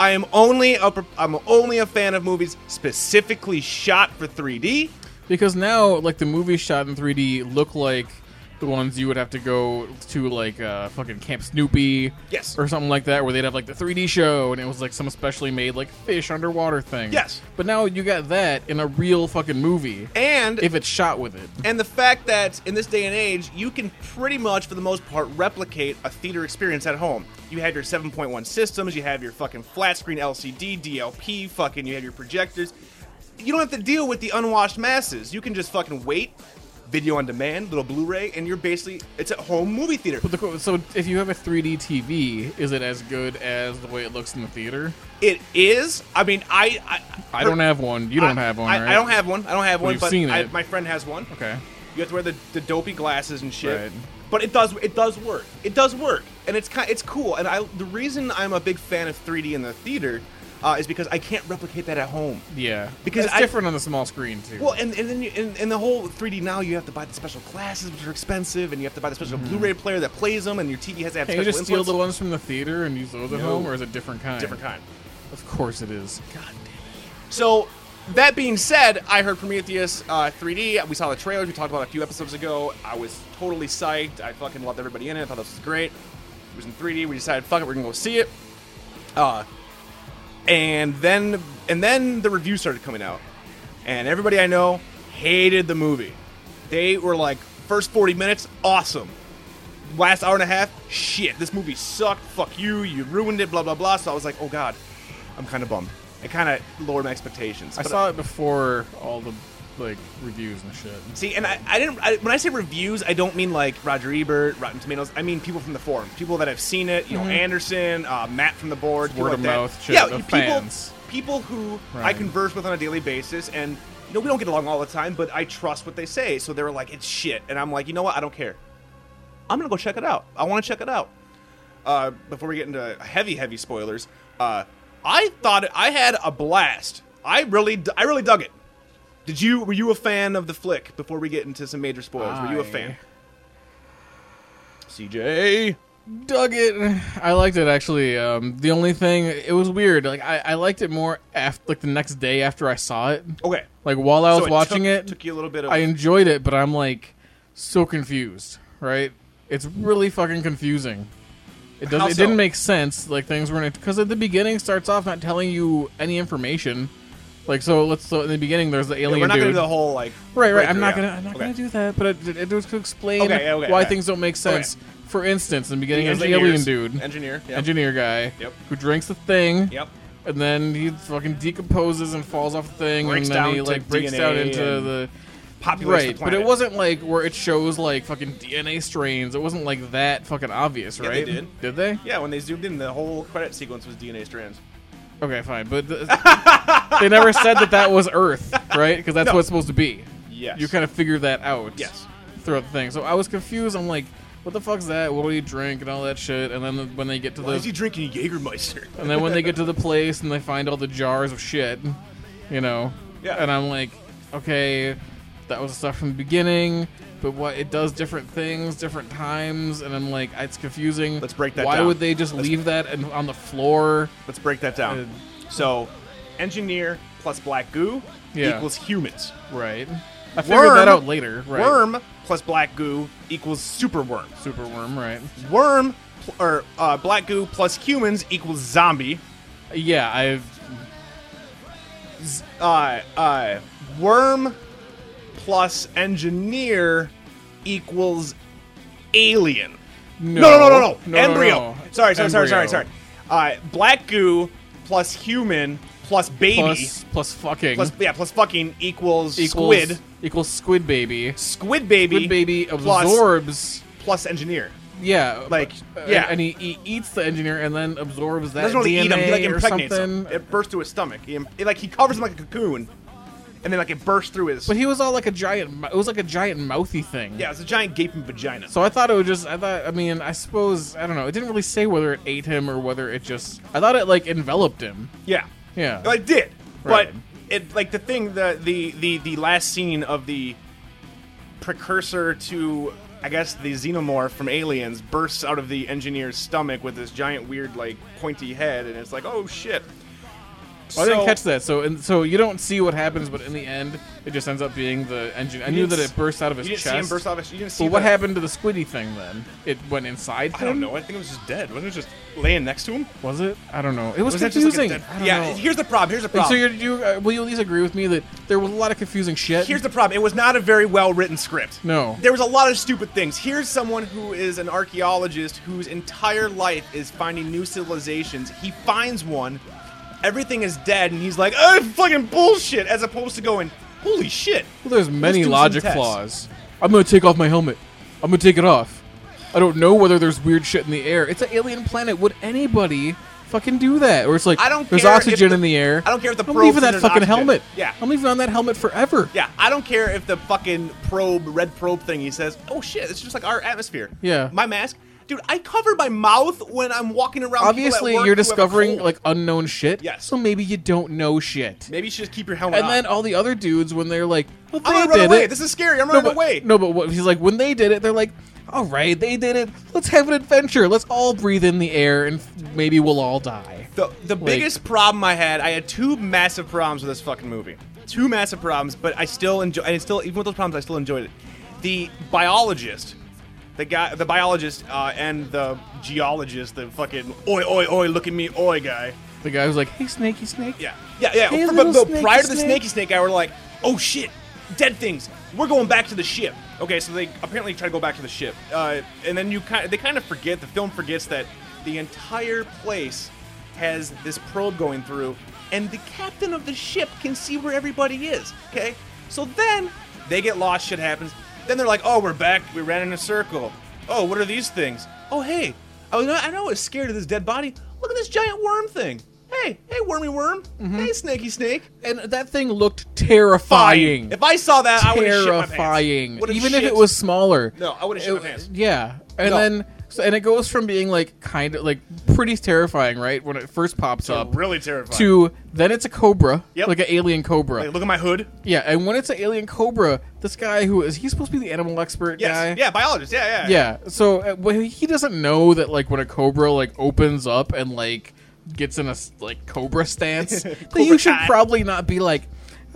[SPEAKER 5] I am only a, I'm only a fan of movies specifically shot for 3D.
[SPEAKER 6] because now like the movies shot in 3D look like the ones you would have to go to like uh, fucking Camp Snoopy,
[SPEAKER 5] Yes.
[SPEAKER 6] or something like that, where they'd have like the 3D show and it was like some specially made like fish underwater thing.
[SPEAKER 5] Yes.
[SPEAKER 6] but now you got that in a real fucking movie
[SPEAKER 5] And
[SPEAKER 6] if it's shot with it.
[SPEAKER 5] and the fact that in this day and age, you can pretty much for the most part replicate a theater experience at home. You have your 7.1 systems, you have your fucking flat screen LCD, DLP, fucking you have your projectors. You don't have to deal with the unwashed masses. You can just fucking wait, video on demand, little Blu-ray, and you're basically it's a home movie theater.
[SPEAKER 6] But the, qu- so if you have a 3D TV, is it as good as the way it looks in the theater?
[SPEAKER 5] It is. I mean, I I,
[SPEAKER 6] I don't have one. You don't
[SPEAKER 5] I-
[SPEAKER 6] have one,
[SPEAKER 5] I,
[SPEAKER 6] right?
[SPEAKER 5] I don't have one. I don't have one.
[SPEAKER 6] you've
[SPEAKER 5] but
[SPEAKER 6] seen
[SPEAKER 5] I,
[SPEAKER 6] it.
[SPEAKER 5] my friend has one.
[SPEAKER 6] Okay.
[SPEAKER 5] You have to wear the, the dopey glasses and shit.
[SPEAKER 6] Right.
[SPEAKER 5] But it does it does work. It does work, and it's kind it's cool. And I the reason I'm a big fan of 3D in the theater uh, is because I can't replicate that at home.
[SPEAKER 6] Yeah,
[SPEAKER 5] Because
[SPEAKER 6] it's
[SPEAKER 5] I-
[SPEAKER 6] different on the small screen too.
[SPEAKER 5] Well, and, and then you, and, and the whole 3D now you have to buy the special glasses which are expensive, and you have to buy the special Blu-ray player that plays them, and your TV has to have
[SPEAKER 6] Can Mm-hmm. you
[SPEAKER 5] special
[SPEAKER 6] just steal
[SPEAKER 5] inputs.
[SPEAKER 6] the ones from the theater and use those at
[SPEAKER 5] No.
[SPEAKER 6] home, or is it different kind?
[SPEAKER 5] different kind.
[SPEAKER 6] Of course it is.
[SPEAKER 5] So, that being said, I heard Prometheus uh, 3D. We saw the trailers. We talked about it a few episodes ago. I was totally psyched. I fucking loved everybody in it. I thought this was great. It was in 3D. We decided, fuck it, we're gonna go see it. Uh, and then and then the reviews started coming out, and everybody I know hated the movie. They were like, first 40 minutes, awesome. Last hour and a half, shit. This movie sucked. Fuck you. You ruined it. Blah blah blah. So I was like, oh god, I'm kind of bummed. It kind of lowered my expectations.
[SPEAKER 6] I
[SPEAKER 5] But-
[SPEAKER 6] saw it before all the like reviews and shit.
[SPEAKER 5] See, and I, I didn't. I, when I say reviews, I don't mean like Roger Ebert, Rotten Tomatoes. I mean people from the forums, people that have seen it. You know, Anderson, uh, Matt from the board, people
[SPEAKER 6] word
[SPEAKER 5] like
[SPEAKER 6] of
[SPEAKER 5] that.
[SPEAKER 6] mouth shit,
[SPEAKER 5] yeah,
[SPEAKER 6] the
[SPEAKER 5] people,
[SPEAKER 6] fans.
[SPEAKER 5] people who I
[SPEAKER 6] Right.
[SPEAKER 5] converse with on a daily basis, and you know we don't get along all the time, but I trust what they say. So they were like, "It's shit," and I'm like, "You know what? I don't care. I'm gonna go check it out. I want to check it out." Uh, before we get into heavy, heavy spoilers, uh, I thought I had a blast. I really, d- I really dug it. Did you? Were you a fan of the flick? Before we get into some major spoilers, were you a
[SPEAKER 6] I-
[SPEAKER 5] fan? CJ.
[SPEAKER 6] Dug it. I liked it actually. Um, the only thing it was weird. Like I, I liked it more after like the next day after I saw it.
[SPEAKER 5] Okay.
[SPEAKER 6] Like while I was
[SPEAKER 5] So it
[SPEAKER 6] watching
[SPEAKER 5] took-
[SPEAKER 6] it,
[SPEAKER 5] Took you a little bit of.
[SPEAKER 6] I enjoyed it, but I'm like so confused, right? It's really fucking confusing. It does
[SPEAKER 5] How
[SPEAKER 6] it
[SPEAKER 5] so?
[SPEAKER 6] didn't make sense. Like things weren't because at the beginning starts off not telling you any information. Like so, let's so in the beginning there's the alien
[SPEAKER 5] we're not gonna
[SPEAKER 6] dude.
[SPEAKER 5] do the whole like.
[SPEAKER 6] right, right. I'm
[SPEAKER 5] breakthrough,
[SPEAKER 6] not
[SPEAKER 5] yeah.
[SPEAKER 6] gonna I'm not
[SPEAKER 5] Okay.
[SPEAKER 6] gonna do that. But it, it was to explain
[SPEAKER 5] Okay, yeah, okay,
[SPEAKER 6] why
[SPEAKER 5] okay.
[SPEAKER 6] things don't make sense. For instance, in
[SPEAKER 5] The
[SPEAKER 6] the beginning there's the alien
[SPEAKER 5] engineers.
[SPEAKER 6] dude,
[SPEAKER 5] Engineer. Yep.
[SPEAKER 6] engineer guy,
[SPEAKER 5] Yep.
[SPEAKER 6] who drinks the thing,
[SPEAKER 5] Yep.
[SPEAKER 6] and then he fucking decomposes and falls off the thing,
[SPEAKER 5] Breaks
[SPEAKER 6] and then
[SPEAKER 5] down
[SPEAKER 6] he
[SPEAKER 5] to
[SPEAKER 6] like breaks
[SPEAKER 5] DNA
[SPEAKER 6] down into
[SPEAKER 5] and-
[SPEAKER 6] the
[SPEAKER 5] Populates the
[SPEAKER 6] right. But
[SPEAKER 5] planet.
[SPEAKER 6] it wasn't like where it shows like fucking DNA strains. It wasn't like that fucking obvious,
[SPEAKER 5] Yeah,
[SPEAKER 6] right?
[SPEAKER 5] they did.
[SPEAKER 6] they?
[SPEAKER 5] Yeah, when they zoomed in, the whole credit sequence was DNA strands.
[SPEAKER 6] Okay, fine. But th- they never said that that was Earth, right? Because that's
[SPEAKER 5] No.
[SPEAKER 6] what it's supposed to be.
[SPEAKER 5] Yes.
[SPEAKER 6] You kind of figure that out.
[SPEAKER 5] Yes.
[SPEAKER 6] Throughout the thing, so I was confused. I'm like, what the fuck's that? What do you drink and all that shit? And then when they get to
[SPEAKER 5] Why
[SPEAKER 6] the
[SPEAKER 5] is he drinking Jägermeister?
[SPEAKER 6] And then when they get to the place and they find all the jars of shit, you know.
[SPEAKER 5] Yeah.
[SPEAKER 6] And I'm like, okay, that was stuff from the beginning, but what it does different things, different times, and I'm like, it's confusing.
[SPEAKER 5] Let's break that
[SPEAKER 6] Why
[SPEAKER 5] down.
[SPEAKER 6] would they just
[SPEAKER 5] Let's-
[SPEAKER 6] leave that and on the floor?
[SPEAKER 5] Let's break that down.
[SPEAKER 6] Uh,
[SPEAKER 5] so, engineer plus black goo
[SPEAKER 6] Yeah.
[SPEAKER 5] equals humans.
[SPEAKER 6] Right. I figured that out later. Right.
[SPEAKER 5] Worm plus black goo equals super worm.
[SPEAKER 6] Super worm. Right.
[SPEAKER 5] Worm pl- or uh, black goo plus humans equals zombie.
[SPEAKER 6] Yeah. I've.
[SPEAKER 5] Uh, uh, worm plus engineer equals alien.
[SPEAKER 6] No.
[SPEAKER 5] No, no, no, no, no. Embryo.
[SPEAKER 6] no.
[SPEAKER 5] Sorry, sorry, sorry, sorry,
[SPEAKER 6] Embryo.
[SPEAKER 5] sorry. Uh, black goo plus human plus baby
[SPEAKER 6] Plus, plus fucking
[SPEAKER 5] plus- yeah plus fucking equals,
[SPEAKER 6] equals
[SPEAKER 5] squid.
[SPEAKER 6] equals squid baby.
[SPEAKER 5] Squid baby.
[SPEAKER 6] Squid baby
[SPEAKER 5] plus-
[SPEAKER 6] absorbs.
[SPEAKER 5] plus engineer.
[SPEAKER 6] Yeah,
[SPEAKER 5] Like,
[SPEAKER 6] but-
[SPEAKER 5] yeah.
[SPEAKER 6] and he, he eats the engineer and then absorbs that
[SPEAKER 5] He doesn't really
[SPEAKER 6] DNA
[SPEAKER 5] eat him. He like
[SPEAKER 6] or
[SPEAKER 5] impregnates him.
[SPEAKER 6] something.
[SPEAKER 5] It bursts through his stomach. He, im- it, like he covers him like a cocoon, and then like it bursts through his.
[SPEAKER 6] But he was all like a giant. mou- It was like a giant mouthy thing.
[SPEAKER 5] yeah, it's a giant gaping vagina.
[SPEAKER 6] So I thought it was just. I thought. I mean, I suppose I don't know. It didn't really say whether it ate him or whether it just. I thought it like enveloped him.
[SPEAKER 5] yeah,
[SPEAKER 6] Yeah.
[SPEAKER 5] Well, it did.
[SPEAKER 6] Right.
[SPEAKER 5] But it like the thing the the the the last scene of the precursor to I guess the xenomorph from Aliens bursts out of the engineer's stomach with this giant weird like pointy head, and it's like oh shit.
[SPEAKER 6] Well, I didn't
[SPEAKER 5] So-
[SPEAKER 6] catch that. So and so you don't see what happens, but in the end, it just ends up being the engine. I knew
[SPEAKER 5] didn't
[SPEAKER 6] that
[SPEAKER 5] s-
[SPEAKER 6] it burst out of his
[SPEAKER 5] You didn't
[SPEAKER 6] chest.
[SPEAKER 5] see him burst off. His, you didn't see.
[SPEAKER 6] But what
[SPEAKER 5] the-
[SPEAKER 6] happened to the squiddy thing then? It went inside.
[SPEAKER 5] I don't
[SPEAKER 6] him?
[SPEAKER 5] know. I think it was just dead. Wasn't it just laying next to him?
[SPEAKER 6] Was it? I don't know. It was,
[SPEAKER 5] Was that just like a
[SPEAKER 6] confusing.
[SPEAKER 5] dead-
[SPEAKER 6] I don't
[SPEAKER 5] yeah.
[SPEAKER 6] know.
[SPEAKER 5] Here's the problem. Here's the
[SPEAKER 6] And
[SPEAKER 5] problem.
[SPEAKER 6] so you're, you uh, will you at least agree with me that there was a lot of confusing shit.
[SPEAKER 5] Here's the problem. It was not a very well written script.
[SPEAKER 6] No.
[SPEAKER 5] There was a lot of stupid things. Here's someone who is an archaeologist whose entire life is finding new civilizations. He finds one, everything is dead, and he's like, oh, fucking bullshit, as opposed to going, holy shit.
[SPEAKER 6] well, there's many
[SPEAKER 5] do some
[SPEAKER 6] logic
[SPEAKER 5] tests.
[SPEAKER 6] flaws. I'm gonna take off my helmet. I'm gonna take it off. I don't know whether there's weird shit in the air. It's an alien planet. Would anybody fucking do that? Or it's like
[SPEAKER 5] I don't
[SPEAKER 6] there's
[SPEAKER 5] care if
[SPEAKER 6] oxygen
[SPEAKER 5] the-
[SPEAKER 6] in the air.
[SPEAKER 5] I don't care if the
[SPEAKER 6] I'm
[SPEAKER 5] probes
[SPEAKER 6] leaving
[SPEAKER 5] and
[SPEAKER 6] that
[SPEAKER 5] there's
[SPEAKER 6] fucking
[SPEAKER 5] oxygen.
[SPEAKER 6] helmet.
[SPEAKER 5] Yeah.
[SPEAKER 6] I'm leaving on that helmet forever.
[SPEAKER 5] Yeah, I don't care if the fucking probe, red probe thing he says, oh shit, it's just like our atmosphere.
[SPEAKER 6] Yeah.
[SPEAKER 5] My mask. Dude, I cover my mouth when I'm walking around. people at
[SPEAKER 6] Obviously,
[SPEAKER 5] work
[SPEAKER 6] you're
[SPEAKER 5] who have a
[SPEAKER 6] discovering
[SPEAKER 5] cold.
[SPEAKER 6] like unknown shit.
[SPEAKER 5] Yes.
[SPEAKER 6] So maybe you don't know shit.
[SPEAKER 5] Maybe you should just keep your helmet
[SPEAKER 6] And
[SPEAKER 5] on.
[SPEAKER 6] then all the other dudes, when they're like, well, they
[SPEAKER 5] I'm gonna
[SPEAKER 6] did
[SPEAKER 5] run away.
[SPEAKER 6] it.
[SPEAKER 5] This is scary. I'm running
[SPEAKER 6] no, but,
[SPEAKER 5] away.
[SPEAKER 6] No, but what, he's like, when they did it, they're like, all right, they did it. Let's have an adventure. Let's all breathe in the air, and f- maybe we'll all die.
[SPEAKER 5] The, the
[SPEAKER 6] Like-
[SPEAKER 5] biggest problem I had, I had two massive problems with this fucking movie. Two massive problems, but I still enjoy. And it's still, even with those problems, I still enjoyed it. The biologist, the guy, the biologist, uh, and the geologist, the fucking oi oi oi, look at me oi guy.
[SPEAKER 6] The guy was like, hey, snaky snake.
[SPEAKER 5] Yeah, yeah, yeah.
[SPEAKER 6] Hey,
[SPEAKER 5] For- but
[SPEAKER 6] little
[SPEAKER 5] though,
[SPEAKER 6] snaky
[SPEAKER 5] prior to the
[SPEAKER 6] snake.
[SPEAKER 5] snaky snake guy, we're like, oh shit, dead things. We're going back to the ship. Okay, so they apparently try to go back to the ship, uh, and then you kind they kind of forget. The film forgets that the entire place has this probe going through, and the captain of the ship can see where everybody is. Okay, So then they get lost, shit happens. Then they're like, oh, we're back. We ran in a circle. Oh, what are these things? Oh, hey, I, was, I know I was scared of this dead body. Look at this giant worm thing. Hey, hey, wormy worm. Hey, snaky snake.
[SPEAKER 6] And that thing looked terrifying.
[SPEAKER 5] If I saw that, I would have shit my pants.
[SPEAKER 6] terrifying.
[SPEAKER 5] Would've
[SPEAKER 6] Even if
[SPEAKER 5] shit-
[SPEAKER 6] it was smaller.
[SPEAKER 5] No, I would've shit my
[SPEAKER 6] It-
[SPEAKER 5] pants.
[SPEAKER 6] Yeah, and
[SPEAKER 5] No.
[SPEAKER 6] then so, and it goes from being like kind of like pretty terrifying, right, when it first pops up,
[SPEAKER 5] really terrifying.
[SPEAKER 6] to then it's a cobra,
[SPEAKER 5] Yep.
[SPEAKER 6] like an alien cobra.
[SPEAKER 5] Hey, look at my hood.
[SPEAKER 6] yeah, and when it's an alien cobra, this guy who is he's supposed to be the animal expert
[SPEAKER 5] Yes.
[SPEAKER 6] guy.
[SPEAKER 5] Yeah, biologist. Yeah, yeah.
[SPEAKER 6] Yeah. So uh, well, he doesn't know that like when a cobra like opens up and like gets in a s- like cobra stance, that you
[SPEAKER 5] Cobra
[SPEAKER 6] should
[SPEAKER 5] Kai.
[SPEAKER 6] probably not be like,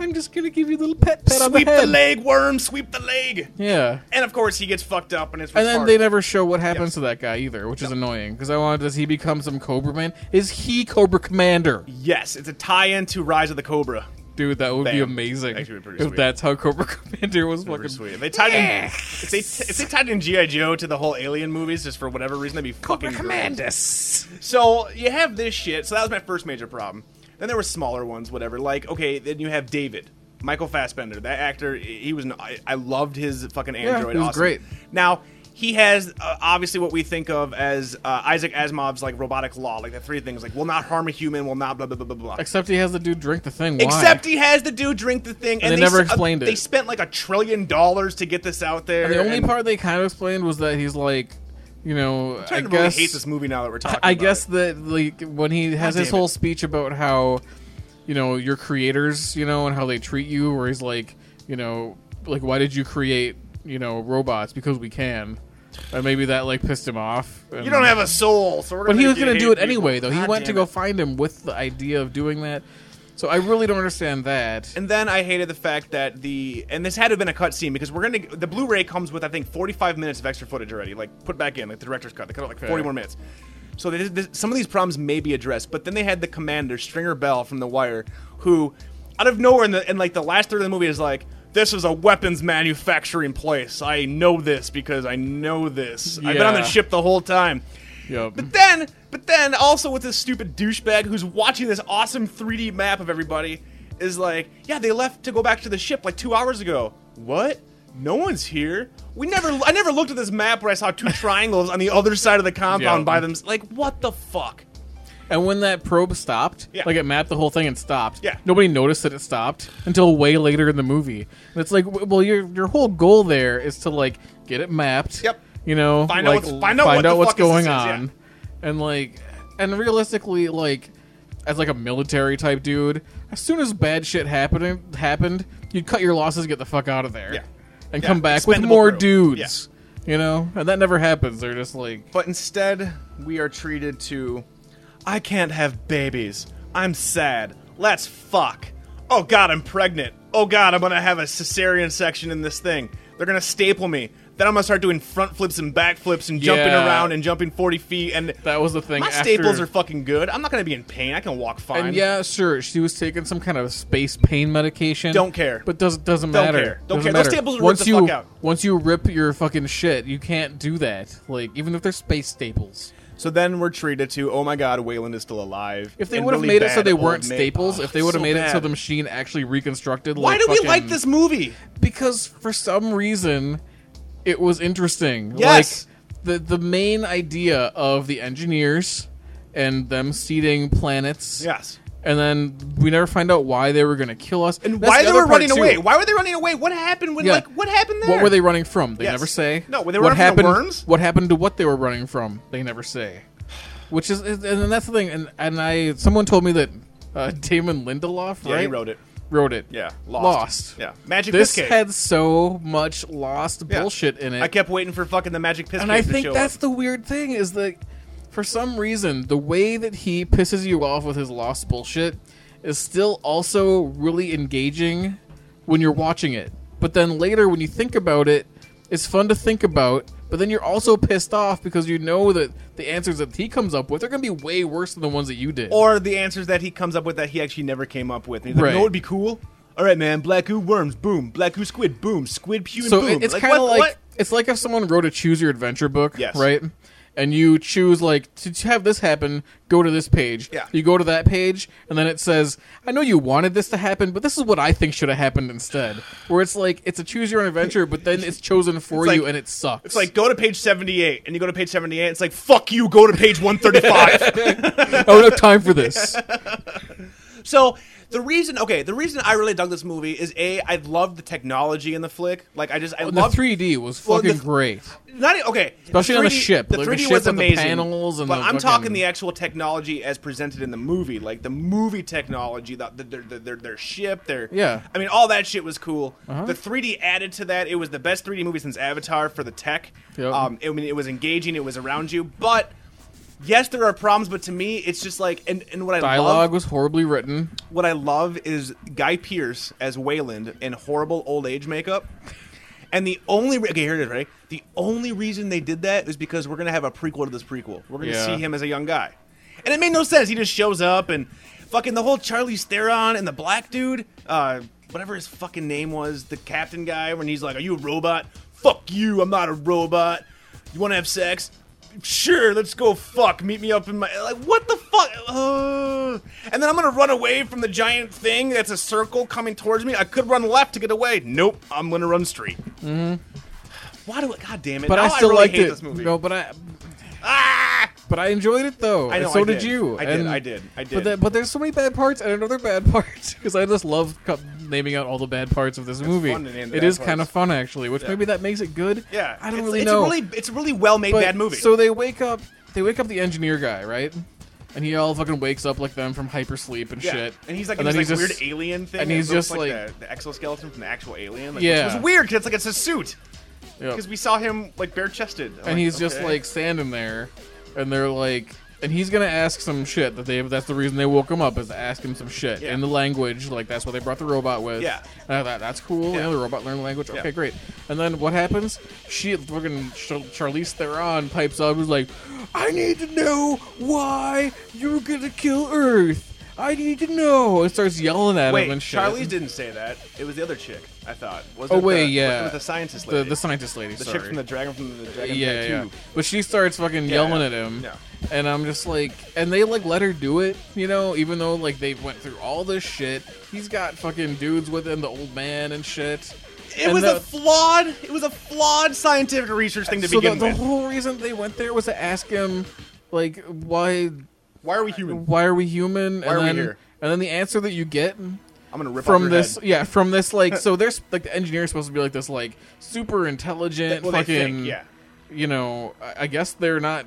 [SPEAKER 6] I'm just gonna give you a little pet pet on the
[SPEAKER 5] Sweep the,
[SPEAKER 6] head.
[SPEAKER 5] leg, worm. Sweep the leg.
[SPEAKER 6] Yeah.
[SPEAKER 5] And of course, he gets fucked up, and it's
[SPEAKER 6] And then they
[SPEAKER 5] retarded.
[SPEAKER 6] never show what happens to that guy either, which is annoying because I wanted does he become some Cobra Man? Is he Cobra Commander?
[SPEAKER 5] Yes, it's a tie-in to Rise of the Cobra.
[SPEAKER 6] Dude, that would be
[SPEAKER 5] Bam.
[SPEAKER 6] amazing
[SPEAKER 5] Actually, pretty
[SPEAKER 6] if
[SPEAKER 5] sweet.
[SPEAKER 6] that's how Cobra Commander was
[SPEAKER 5] Super
[SPEAKER 6] fucking
[SPEAKER 5] sweet. If they tied in, if they, if they tied in GI Joe to the whole Alien movies, just for whatever reason, that'd be fucking.
[SPEAKER 6] Cobra
[SPEAKER 5] great.
[SPEAKER 6] Commandus.
[SPEAKER 5] So you have this shit. So that was my first major problem. Then there were smaller ones, whatever. Like okay, then you have David, Michael Fassbender. That actor, he was. An, I, I loved his fucking android.
[SPEAKER 6] he was
[SPEAKER 5] awesome.
[SPEAKER 6] great.
[SPEAKER 5] Now he has uh, obviously what we think of as uh, Isaac Asimov's like robotic law, like the three things, like will not harm a human, will not blah blah blah blah blah.
[SPEAKER 6] Except he has the dude drink the thing. Why?
[SPEAKER 5] Except he has the dude drink the thing, and,
[SPEAKER 6] they never
[SPEAKER 5] s- uh,
[SPEAKER 6] explained it.
[SPEAKER 5] They spent like a trillion dollars to get this out there.
[SPEAKER 6] And the only
[SPEAKER 5] and-
[SPEAKER 6] part they kind of explained was that he's like, you know, I
[SPEAKER 5] Trying to
[SPEAKER 6] guess
[SPEAKER 5] really hate this movie now that we're talking.
[SPEAKER 6] I
[SPEAKER 5] about
[SPEAKER 6] guess
[SPEAKER 5] it.
[SPEAKER 6] that like when he has
[SPEAKER 5] God
[SPEAKER 6] his
[SPEAKER 5] damn it.
[SPEAKER 6] whole speech about how you know your creators, you know, and how they treat you, where he's like, you know, like why did you create you know robots because we can, and maybe that like pissed him off. and-
[SPEAKER 5] you don't have a soul, so we're
[SPEAKER 6] But
[SPEAKER 5] gonna
[SPEAKER 6] he was
[SPEAKER 5] make you
[SPEAKER 6] gonna
[SPEAKER 5] hate
[SPEAKER 6] do it
[SPEAKER 5] people.
[SPEAKER 6] anyway, though. He
[SPEAKER 5] God
[SPEAKER 6] went to
[SPEAKER 5] damn
[SPEAKER 6] go
[SPEAKER 5] it.
[SPEAKER 6] find him with the idea of doing that. So I really don't understand that.
[SPEAKER 5] And then I hated the fact that the and this had to have been a cut scene because we're gonna the Blu-ray comes with I think 45 minutes of extra footage already, like put back in, like the director's cut. They cut out like 40 more minutes. So they did this, some of these problems may be addressed, but then they had the commander Stringer Bell from The Wire, who out of nowhere in the in like the last third of the movie is like. This is a weapons manufacturing place. I know this because I know this. I've been on
[SPEAKER 6] Yeah.
[SPEAKER 5] the ship the whole time.
[SPEAKER 6] Yup.
[SPEAKER 5] But then, but then also with this stupid douchebag who's watching this awesome 3D map of everybody is like, yeah, they left to go back to the ship like two hours ago. What? No one's here. We never. I never looked at this map where I saw two triangles on the other side of the compound
[SPEAKER 6] Yeah.
[SPEAKER 5] by them. Like, what the fuck?
[SPEAKER 6] And when that probe stopped,
[SPEAKER 5] Yeah.
[SPEAKER 6] like it mapped the whole thing and stopped.
[SPEAKER 5] Yeah.
[SPEAKER 6] Nobody noticed that it stopped until way later in the movie. And it's like, w- well, your your whole goal there is to like get it mapped.
[SPEAKER 5] Yep.
[SPEAKER 6] You know,
[SPEAKER 5] Find out
[SPEAKER 6] like,
[SPEAKER 5] what's- find out what the
[SPEAKER 6] what's
[SPEAKER 5] fuck is this
[SPEAKER 6] going
[SPEAKER 5] is, yeah.
[SPEAKER 6] on, and like, and realistically, like, as like a military type dude, as soon as bad shit happened happened, you'd cut your losses, get the fuck out of there,
[SPEAKER 5] Yeah.
[SPEAKER 6] and
[SPEAKER 5] Yeah,
[SPEAKER 6] come back with
[SPEAKER 5] expendable
[SPEAKER 6] more
[SPEAKER 5] crew.
[SPEAKER 6] dudes. You know, and that never happens. They're just like,
[SPEAKER 5] But instead, we are treated to, I can't have babies. I'm sad. Let's fuck. Oh god, I'm pregnant. Oh god, I'm gonna have a cesarean section in this thing. They're gonna staple me. Then I'm gonna start doing front flips and back flips and jumping
[SPEAKER 6] Yeah.
[SPEAKER 5] around and jumping 40 feet. And
[SPEAKER 6] that was the thing.
[SPEAKER 5] my
[SPEAKER 6] after-
[SPEAKER 5] staples are fucking good. I'm not gonna be in pain. I can walk fine.
[SPEAKER 6] And yeah, sure, she was taking some kind of space pain medication.
[SPEAKER 5] Don't care.
[SPEAKER 6] But doesn't doesn't
[SPEAKER 5] Don't
[SPEAKER 6] matter.
[SPEAKER 5] care. Don't
[SPEAKER 6] Doesn't
[SPEAKER 5] care. Those
[SPEAKER 6] matter.
[SPEAKER 5] staples will rip
[SPEAKER 6] once
[SPEAKER 5] the
[SPEAKER 6] you
[SPEAKER 5] fuck out.
[SPEAKER 6] once you rip your fucking shit, you can't do that. Like even if they're space staples.
[SPEAKER 5] So then we're treated to, oh my god, Wayland is still alive.
[SPEAKER 6] If they
[SPEAKER 5] and
[SPEAKER 6] would have
[SPEAKER 5] really
[SPEAKER 6] made it so
[SPEAKER 5] bad
[SPEAKER 6] they
[SPEAKER 5] old
[SPEAKER 6] weren't
[SPEAKER 5] man.
[SPEAKER 6] staples,
[SPEAKER 5] Oh,
[SPEAKER 6] if they would have
[SPEAKER 5] so
[SPEAKER 6] made it so
[SPEAKER 5] bad.
[SPEAKER 6] the machine actually reconstructed.
[SPEAKER 5] Why
[SPEAKER 6] like,
[SPEAKER 5] do we
[SPEAKER 6] fucking-
[SPEAKER 5] like this movie?
[SPEAKER 6] Because for some reason, it was interesting.
[SPEAKER 5] Yes.
[SPEAKER 6] Like the the main idea of the engineers and them seeding planets.
[SPEAKER 5] Yes.
[SPEAKER 6] And then we never find out why they were going to kill us.
[SPEAKER 5] And
[SPEAKER 6] That's
[SPEAKER 5] why
[SPEAKER 6] the
[SPEAKER 5] they
[SPEAKER 6] other
[SPEAKER 5] were
[SPEAKER 6] part,
[SPEAKER 5] running
[SPEAKER 6] too.
[SPEAKER 5] away? Why were they running away? What happened when
[SPEAKER 6] Yeah.
[SPEAKER 5] like what happened there?
[SPEAKER 6] What were they running from? They
[SPEAKER 5] Yes.
[SPEAKER 6] never say.
[SPEAKER 5] No, were they running
[SPEAKER 6] what
[SPEAKER 5] from
[SPEAKER 6] happened,
[SPEAKER 5] the worms?
[SPEAKER 6] What happened to what they were running from? They never say. Which is, is- and that's the thing. And and I, someone told me that uh, Damon Lindelof,
[SPEAKER 5] Yeah,
[SPEAKER 6] right,
[SPEAKER 5] he wrote it.
[SPEAKER 6] Wrote it.
[SPEAKER 5] Yeah, lost.
[SPEAKER 6] lost.
[SPEAKER 5] Yeah, Magic
[SPEAKER 6] This
[SPEAKER 5] Piss Cake.
[SPEAKER 6] had so much lost
[SPEAKER 5] Yeah.
[SPEAKER 6] bullshit in it.
[SPEAKER 5] I kept waiting for fucking the Magic Piss
[SPEAKER 6] and
[SPEAKER 5] Cake
[SPEAKER 6] I
[SPEAKER 5] to
[SPEAKER 6] think
[SPEAKER 5] show
[SPEAKER 6] that's
[SPEAKER 5] up.
[SPEAKER 6] the weird thing is that for some reason the way that he pisses you off with his lost bullshit is still also really engaging when you're watching it. But then later when you think about it, it's fun to think about, but then you're also pissed off because you know that the answers that he comes up with are going to be way worse than the ones that you did.
[SPEAKER 5] or the answers that he comes up with that he actually never came up with. And he's like,
[SPEAKER 6] Right.
[SPEAKER 5] "No, it'd be cool." All right, man. Black goo worms, boom. Black goo squid, boom. Squid human,
[SPEAKER 6] so
[SPEAKER 5] boom.
[SPEAKER 6] it- it's
[SPEAKER 5] Like,
[SPEAKER 6] kind of
[SPEAKER 5] what-
[SPEAKER 6] like
[SPEAKER 5] what?
[SPEAKER 6] it's like if someone wrote a choose your adventure book,
[SPEAKER 5] Yes.
[SPEAKER 6] right? and you choose like to to have this happen, go to this page.
[SPEAKER 5] Yeah.
[SPEAKER 6] You go to that page, and then it says, "I know you wanted this to happen, but this is what I think should have happened instead." Where it's like it's a choose your own adventure, but then it's chosen for
[SPEAKER 5] It's
[SPEAKER 6] you,
[SPEAKER 5] like-
[SPEAKER 6] and it sucks.
[SPEAKER 5] It's like go to page seventy eight, and you go to page seventy eight. It's like fuck you. Go to page one thirty five.
[SPEAKER 6] I don't have time for this.
[SPEAKER 5] so the reason, okay, the reason I really dug this movie is a I loved the technology in the flick. Like I just I
[SPEAKER 6] Oh, the
[SPEAKER 5] love
[SPEAKER 6] 3D was
[SPEAKER 5] Well, the
[SPEAKER 6] fucking
[SPEAKER 5] th-
[SPEAKER 6] great.
[SPEAKER 5] not e- okay,
[SPEAKER 6] Especially on the ship,
[SPEAKER 5] The
[SPEAKER 6] like, the
[SPEAKER 5] 3D was
[SPEAKER 6] ship with the
[SPEAKER 5] amazing,
[SPEAKER 6] panels and
[SPEAKER 5] but
[SPEAKER 6] the
[SPEAKER 5] I'm talking
[SPEAKER 6] fucking-
[SPEAKER 5] the actual technology as presented in the movie, like the movie technology, the, the, their, their their ship, their
[SPEAKER 6] Yeah. Uh-huh.
[SPEAKER 5] I mean, all that shit was cool. The 3D added to that. It was the best 3D movie since Avatar for the tech.
[SPEAKER 6] Yep.
[SPEAKER 5] Um, I mean, it was engaging. It was around you, but. Yes, there are problems, but to me, it's just like and, and what I love,
[SPEAKER 6] Dialogue was horribly written.
[SPEAKER 5] what I love is Guy Pierce as Wayland in horrible old age makeup. And the only re- okay here it is ready. The only reason they did that is because we're gonna have a prequel to this prequel. We're gonna
[SPEAKER 6] Yeah.
[SPEAKER 5] see him as a young guy, and it made no sense. He just shows up and fucking the whole Charlie Theron and the black dude, uh, whatever his fucking name was, the captain guy. When he's like, "Are you a robot? Fuck you! I'm not a robot. You want to have sex? Sure, let's go. Fuck. Meet me up in my like. What the fuck? Uh, and then I'm gonna run away from the giant thing that's a circle coming towards me. I could run left to get away. Nope. I'm gonna run straight. Why do it? God damn it!
[SPEAKER 6] but
[SPEAKER 5] Now
[SPEAKER 6] I still
[SPEAKER 5] really
[SPEAKER 6] liked
[SPEAKER 5] hate
[SPEAKER 6] it.
[SPEAKER 5] This movie.
[SPEAKER 6] No, but I
[SPEAKER 5] Ah!
[SPEAKER 6] but I enjoyed it though.
[SPEAKER 5] I
[SPEAKER 6] and
[SPEAKER 5] know,
[SPEAKER 6] so
[SPEAKER 5] I
[SPEAKER 6] did.
[SPEAKER 5] did.
[SPEAKER 6] you.
[SPEAKER 5] I did,
[SPEAKER 6] and-
[SPEAKER 5] I did, I
[SPEAKER 6] But,
[SPEAKER 5] did.
[SPEAKER 6] that, but there's so many bad parts and another bad part because I just love cu- naming out all the bad parts of this movie.
[SPEAKER 5] fun to name the
[SPEAKER 6] It
[SPEAKER 5] bad
[SPEAKER 6] is kind
[SPEAKER 5] parts.
[SPEAKER 6] of fun actually, which maybe that makes it good.
[SPEAKER 5] Yeah,
[SPEAKER 6] I don't
[SPEAKER 5] it's,
[SPEAKER 6] really
[SPEAKER 5] it's
[SPEAKER 6] know.
[SPEAKER 5] A really, it's a really well-made
[SPEAKER 6] But-
[SPEAKER 5] bad movie.
[SPEAKER 6] So they wake up. They wake up the engineer guy, right? And he all fucking wakes up like them from hypersleep and
[SPEAKER 5] yeah.
[SPEAKER 6] shit.
[SPEAKER 5] and he's like
[SPEAKER 6] and
[SPEAKER 5] in
[SPEAKER 6] then
[SPEAKER 5] this
[SPEAKER 6] he's
[SPEAKER 5] like,
[SPEAKER 6] just,
[SPEAKER 5] weird alien thing,
[SPEAKER 6] and
[SPEAKER 5] that
[SPEAKER 6] he's
[SPEAKER 5] looks
[SPEAKER 6] just, like-
[SPEAKER 5] the, the exoskeleton from the actual alien. Like,
[SPEAKER 6] Yeah.
[SPEAKER 5] which was weird because it's like it's a suit
[SPEAKER 6] Yep.
[SPEAKER 5] because we saw him like bare-chested, I'm
[SPEAKER 6] and
[SPEAKER 5] like,
[SPEAKER 6] he's just
[SPEAKER 5] okay.
[SPEAKER 6] like standing there, and they're like, and he's gonna ask some shit that they that's the reason they woke him up is to ask him some shit
[SPEAKER 5] Yeah.
[SPEAKER 6] in the language like that's what they brought the robot with.
[SPEAKER 5] Yeah.
[SPEAKER 6] And I thought, that's cool. You
[SPEAKER 5] Yeah.
[SPEAKER 6] know, the robot learned the language.
[SPEAKER 5] Yeah.
[SPEAKER 6] Okay, great. And then what happens? She fucking Char- Charlize Theron pipes up who's like, I need to know why you're gonna kill Earth. I need to know. And starts yelling at
[SPEAKER 5] Wait,
[SPEAKER 6] him and shit.
[SPEAKER 5] Charlize didn't say that. It was the other chick. I thought. Wasn't
[SPEAKER 6] Oh
[SPEAKER 5] it
[SPEAKER 6] wait,
[SPEAKER 5] the,
[SPEAKER 6] yeah.
[SPEAKER 5] It was the scientist
[SPEAKER 6] The,
[SPEAKER 5] lady.
[SPEAKER 6] the scientist lady.
[SPEAKER 5] The
[SPEAKER 6] sorry.
[SPEAKER 5] chick from the dragon from the dragon
[SPEAKER 6] yeah, yeah.
[SPEAKER 5] Tattoo.
[SPEAKER 6] But she starts fucking
[SPEAKER 5] Yeah,
[SPEAKER 6] yelling
[SPEAKER 5] yeah.
[SPEAKER 6] at him.
[SPEAKER 5] Yeah.
[SPEAKER 6] And I'm just like, and they like let her do it, you know, even though like they went through all this shit. He's got fucking dudes with him, the old man and shit.
[SPEAKER 5] It
[SPEAKER 6] And
[SPEAKER 5] was
[SPEAKER 6] the-
[SPEAKER 5] a flawed. It was a flawed scientific research thing to
[SPEAKER 6] so the,
[SPEAKER 5] begin
[SPEAKER 6] the
[SPEAKER 5] with.
[SPEAKER 6] whole reason they went there was to ask him, like, why,
[SPEAKER 5] Why are we human?
[SPEAKER 6] why are we human?
[SPEAKER 5] are
[SPEAKER 6] and
[SPEAKER 5] we
[SPEAKER 6] then,
[SPEAKER 5] here?
[SPEAKER 6] and then the answer that you get
[SPEAKER 5] I'm gonna rip off
[SPEAKER 6] from
[SPEAKER 5] your
[SPEAKER 6] this,
[SPEAKER 5] head.
[SPEAKER 6] yeah, from this, like, so there's like the engineer is supposed to be like this, like, super intelligent,
[SPEAKER 5] Well, they
[SPEAKER 6] fucking,
[SPEAKER 5] think, yeah.
[SPEAKER 6] you know, I I guess they're not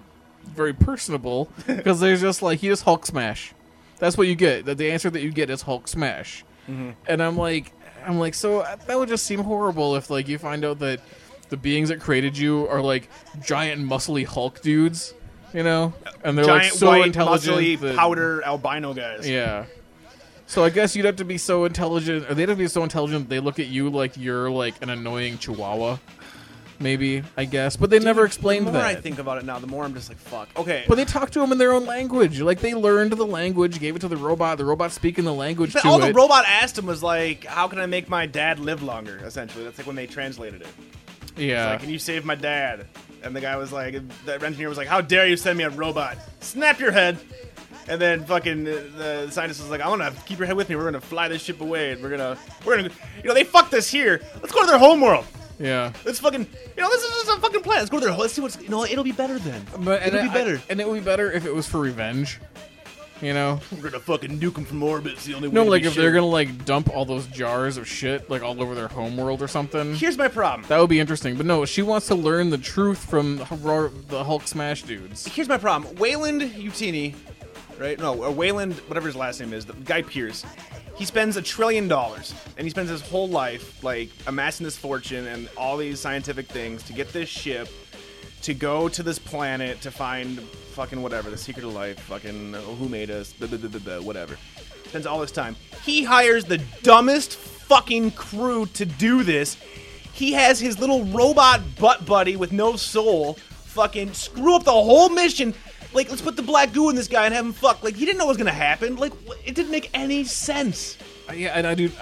[SPEAKER 6] very personable because they're just like he just Hulk smash. That's what you get. That the answer that you get is Hulk smash.
[SPEAKER 5] Mm-hmm.
[SPEAKER 6] And I'm like, I'm like, so uh, that would just seem horrible if like you find out that the beings that created you are like giant muscly Hulk dudes, you know, and they're
[SPEAKER 5] Giant
[SPEAKER 6] like so
[SPEAKER 5] white,
[SPEAKER 6] intelligent,
[SPEAKER 5] muscly,
[SPEAKER 6] that-
[SPEAKER 5] powder albino guys.
[SPEAKER 6] yeah. So I guess you'd have to be so intelligent, or they'd have to be so intelligent they look at you like you're like an annoying chihuahua. Maybe I guess, but they never explained
[SPEAKER 5] the more
[SPEAKER 6] that.
[SPEAKER 5] I think about it now, the more I'm just like, fuck. Okay.
[SPEAKER 6] But they talk to him in their own language. Like they learned the language, gave it to the robot. The robot speaking the language
[SPEAKER 5] But
[SPEAKER 6] to
[SPEAKER 5] all
[SPEAKER 6] it.
[SPEAKER 5] the robot asked him was like, "How can I make my dad live longer?" Essentially, that's like when they translated it.
[SPEAKER 6] yeah.
[SPEAKER 5] Like, can you save my dad? And the guy was like, the engineer was like, how dare you send me a robot? Snap your head. And then fucking the, the scientist was like, I want to keep your head with me. We're gonna fly this ship away, and we're gonna, we're gonna, you know, they fucked us here. Let's go to their homeworld.
[SPEAKER 6] yeah.
[SPEAKER 5] Let's fucking, you know, this is just a fucking plan. Let's go to their, let's see what's, you know, it'll be better then.
[SPEAKER 6] But and
[SPEAKER 5] it'll be
[SPEAKER 6] I-
[SPEAKER 5] better.
[SPEAKER 6] and it would be better if it was for revenge. You know,
[SPEAKER 5] we're gonna fucking nuke them from orbit. It's the only
[SPEAKER 6] no,
[SPEAKER 5] way. to
[SPEAKER 6] like
[SPEAKER 5] be
[SPEAKER 6] if
[SPEAKER 5] sure.
[SPEAKER 6] they're gonna like dump all those jars of shit like all over their homeworld or something.
[SPEAKER 5] Here's my problem.
[SPEAKER 6] That would be interesting. But no, she wants to learn the truth from the Hor- the Hulk Smash dudes.
[SPEAKER 5] here's my problem. Wayland Utini, right? No, or Wayland, whatever his last name is, the guy Pierce. He spends a trillion dollars, and he spends his whole life like amassing this fortune and all these scientific things to get this ship to go to this planet to find fucking whatever the secret of life, fucking uh, who made us, blah, blah, blah, blah, blah, whatever. Spends all this time. He hires the dumbest fucking crew to do this. He has his little robot butt buddy with no soul fucking screw up the whole mission. Like, let's put the black goo in this guy and have him fuck. Like, he didn't know what was gonna happen. Like, wh- it didn't make any sense.
[SPEAKER 6] Uh, Yeah, and I do.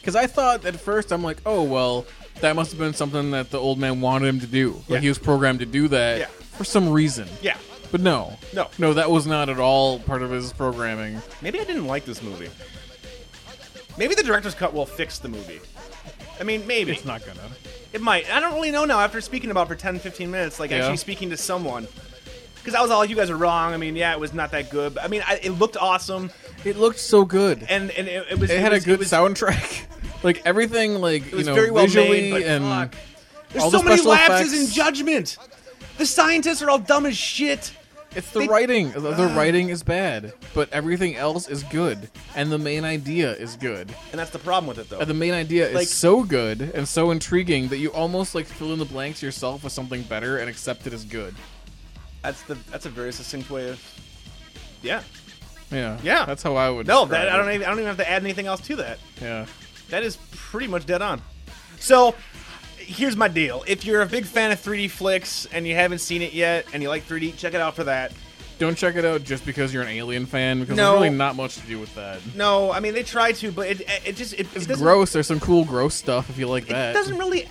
[SPEAKER 6] Because I thought at first, I'm like, oh, well, that must have been something that the old man wanted him to do. Like,
[SPEAKER 5] Yeah.
[SPEAKER 6] he was programmed to do that
[SPEAKER 5] Yeah.
[SPEAKER 6] for some reason.
[SPEAKER 5] Yeah.
[SPEAKER 6] But no.
[SPEAKER 5] No.
[SPEAKER 6] No, that was not at all part of his programming.
[SPEAKER 5] Maybe I didn't like this movie. Maybe the director's cut will fix the movie. I mean, maybe.
[SPEAKER 6] It's not gonna.
[SPEAKER 5] It might. I don't really know now after speaking about it for 10, 15 minutes, like
[SPEAKER 6] Yeah.
[SPEAKER 5] actually speaking to someone. Because I was all, you guys are wrong. I mean, yeah, it was not that good. But I mean, I, it looked awesome.
[SPEAKER 6] It looked so good.
[SPEAKER 5] And, and it, it was.
[SPEAKER 6] it had
[SPEAKER 5] was-
[SPEAKER 6] a good
[SPEAKER 5] was-
[SPEAKER 6] soundtrack. Like everything, like
[SPEAKER 5] It was
[SPEAKER 6] you know,
[SPEAKER 5] very well made,
[SPEAKER 6] visually
[SPEAKER 5] but
[SPEAKER 6] and
[SPEAKER 5] fuck. There's
[SPEAKER 6] all
[SPEAKER 5] so
[SPEAKER 6] the
[SPEAKER 5] many
[SPEAKER 6] special
[SPEAKER 5] lapses
[SPEAKER 6] effects.
[SPEAKER 5] in judgment. The scientists are all dumb as shit.
[SPEAKER 6] it's the
[SPEAKER 5] They-
[SPEAKER 6] writing. The, the writing is bad, but everything else is good, and the main idea is good.
[SPEAKER 5] And that's the problem with it, though.
[SPEAKER 6] And the main idea
[SPEAKER 5] Like-
[SPEAKER 6] is so good and so intriguing that you almost like fill in the blanks yourself with something better and accept it as good.
[SPEAKER 5] That's the that's a very succinct way of. Yeah.
[SPEAKER 6] Yeah,
[SPEAKER 5] Yeah.
[SPEAKER 6] that's how I would.
[SPEAKER 5] No,
[SPEAKER 6] describe
[SPEAKER 5] that, I don't.
[SPEAKER 6] it.
[SPEAKER 5] Even, I don't even have to add anything else to that.
[SPEAKER 6] Yeah,
[SPEAKER 5] That is pretty much dead on. So, here's my deal. If you're a big fan of 3D flicks and you haven't seen it yet and you like 3D, check it out for that.
[SPEAKER 6] don't check it out just because you're an Alien fan because
[SPEAKER 5] No.
[SPEAKER 6] there's really not much to do with that.
[SPEAKER 5] No, I mean they try to, but it it just it,
[SPEAKER 6] It's
[SPEAKER 5] it doesn't,
[SPEAKER 6] gross. There's some cool gross stuff if you like
[SPEAKER 5] It
[SPEAKER 6] that.
[SPEAKER 5] doesn't really.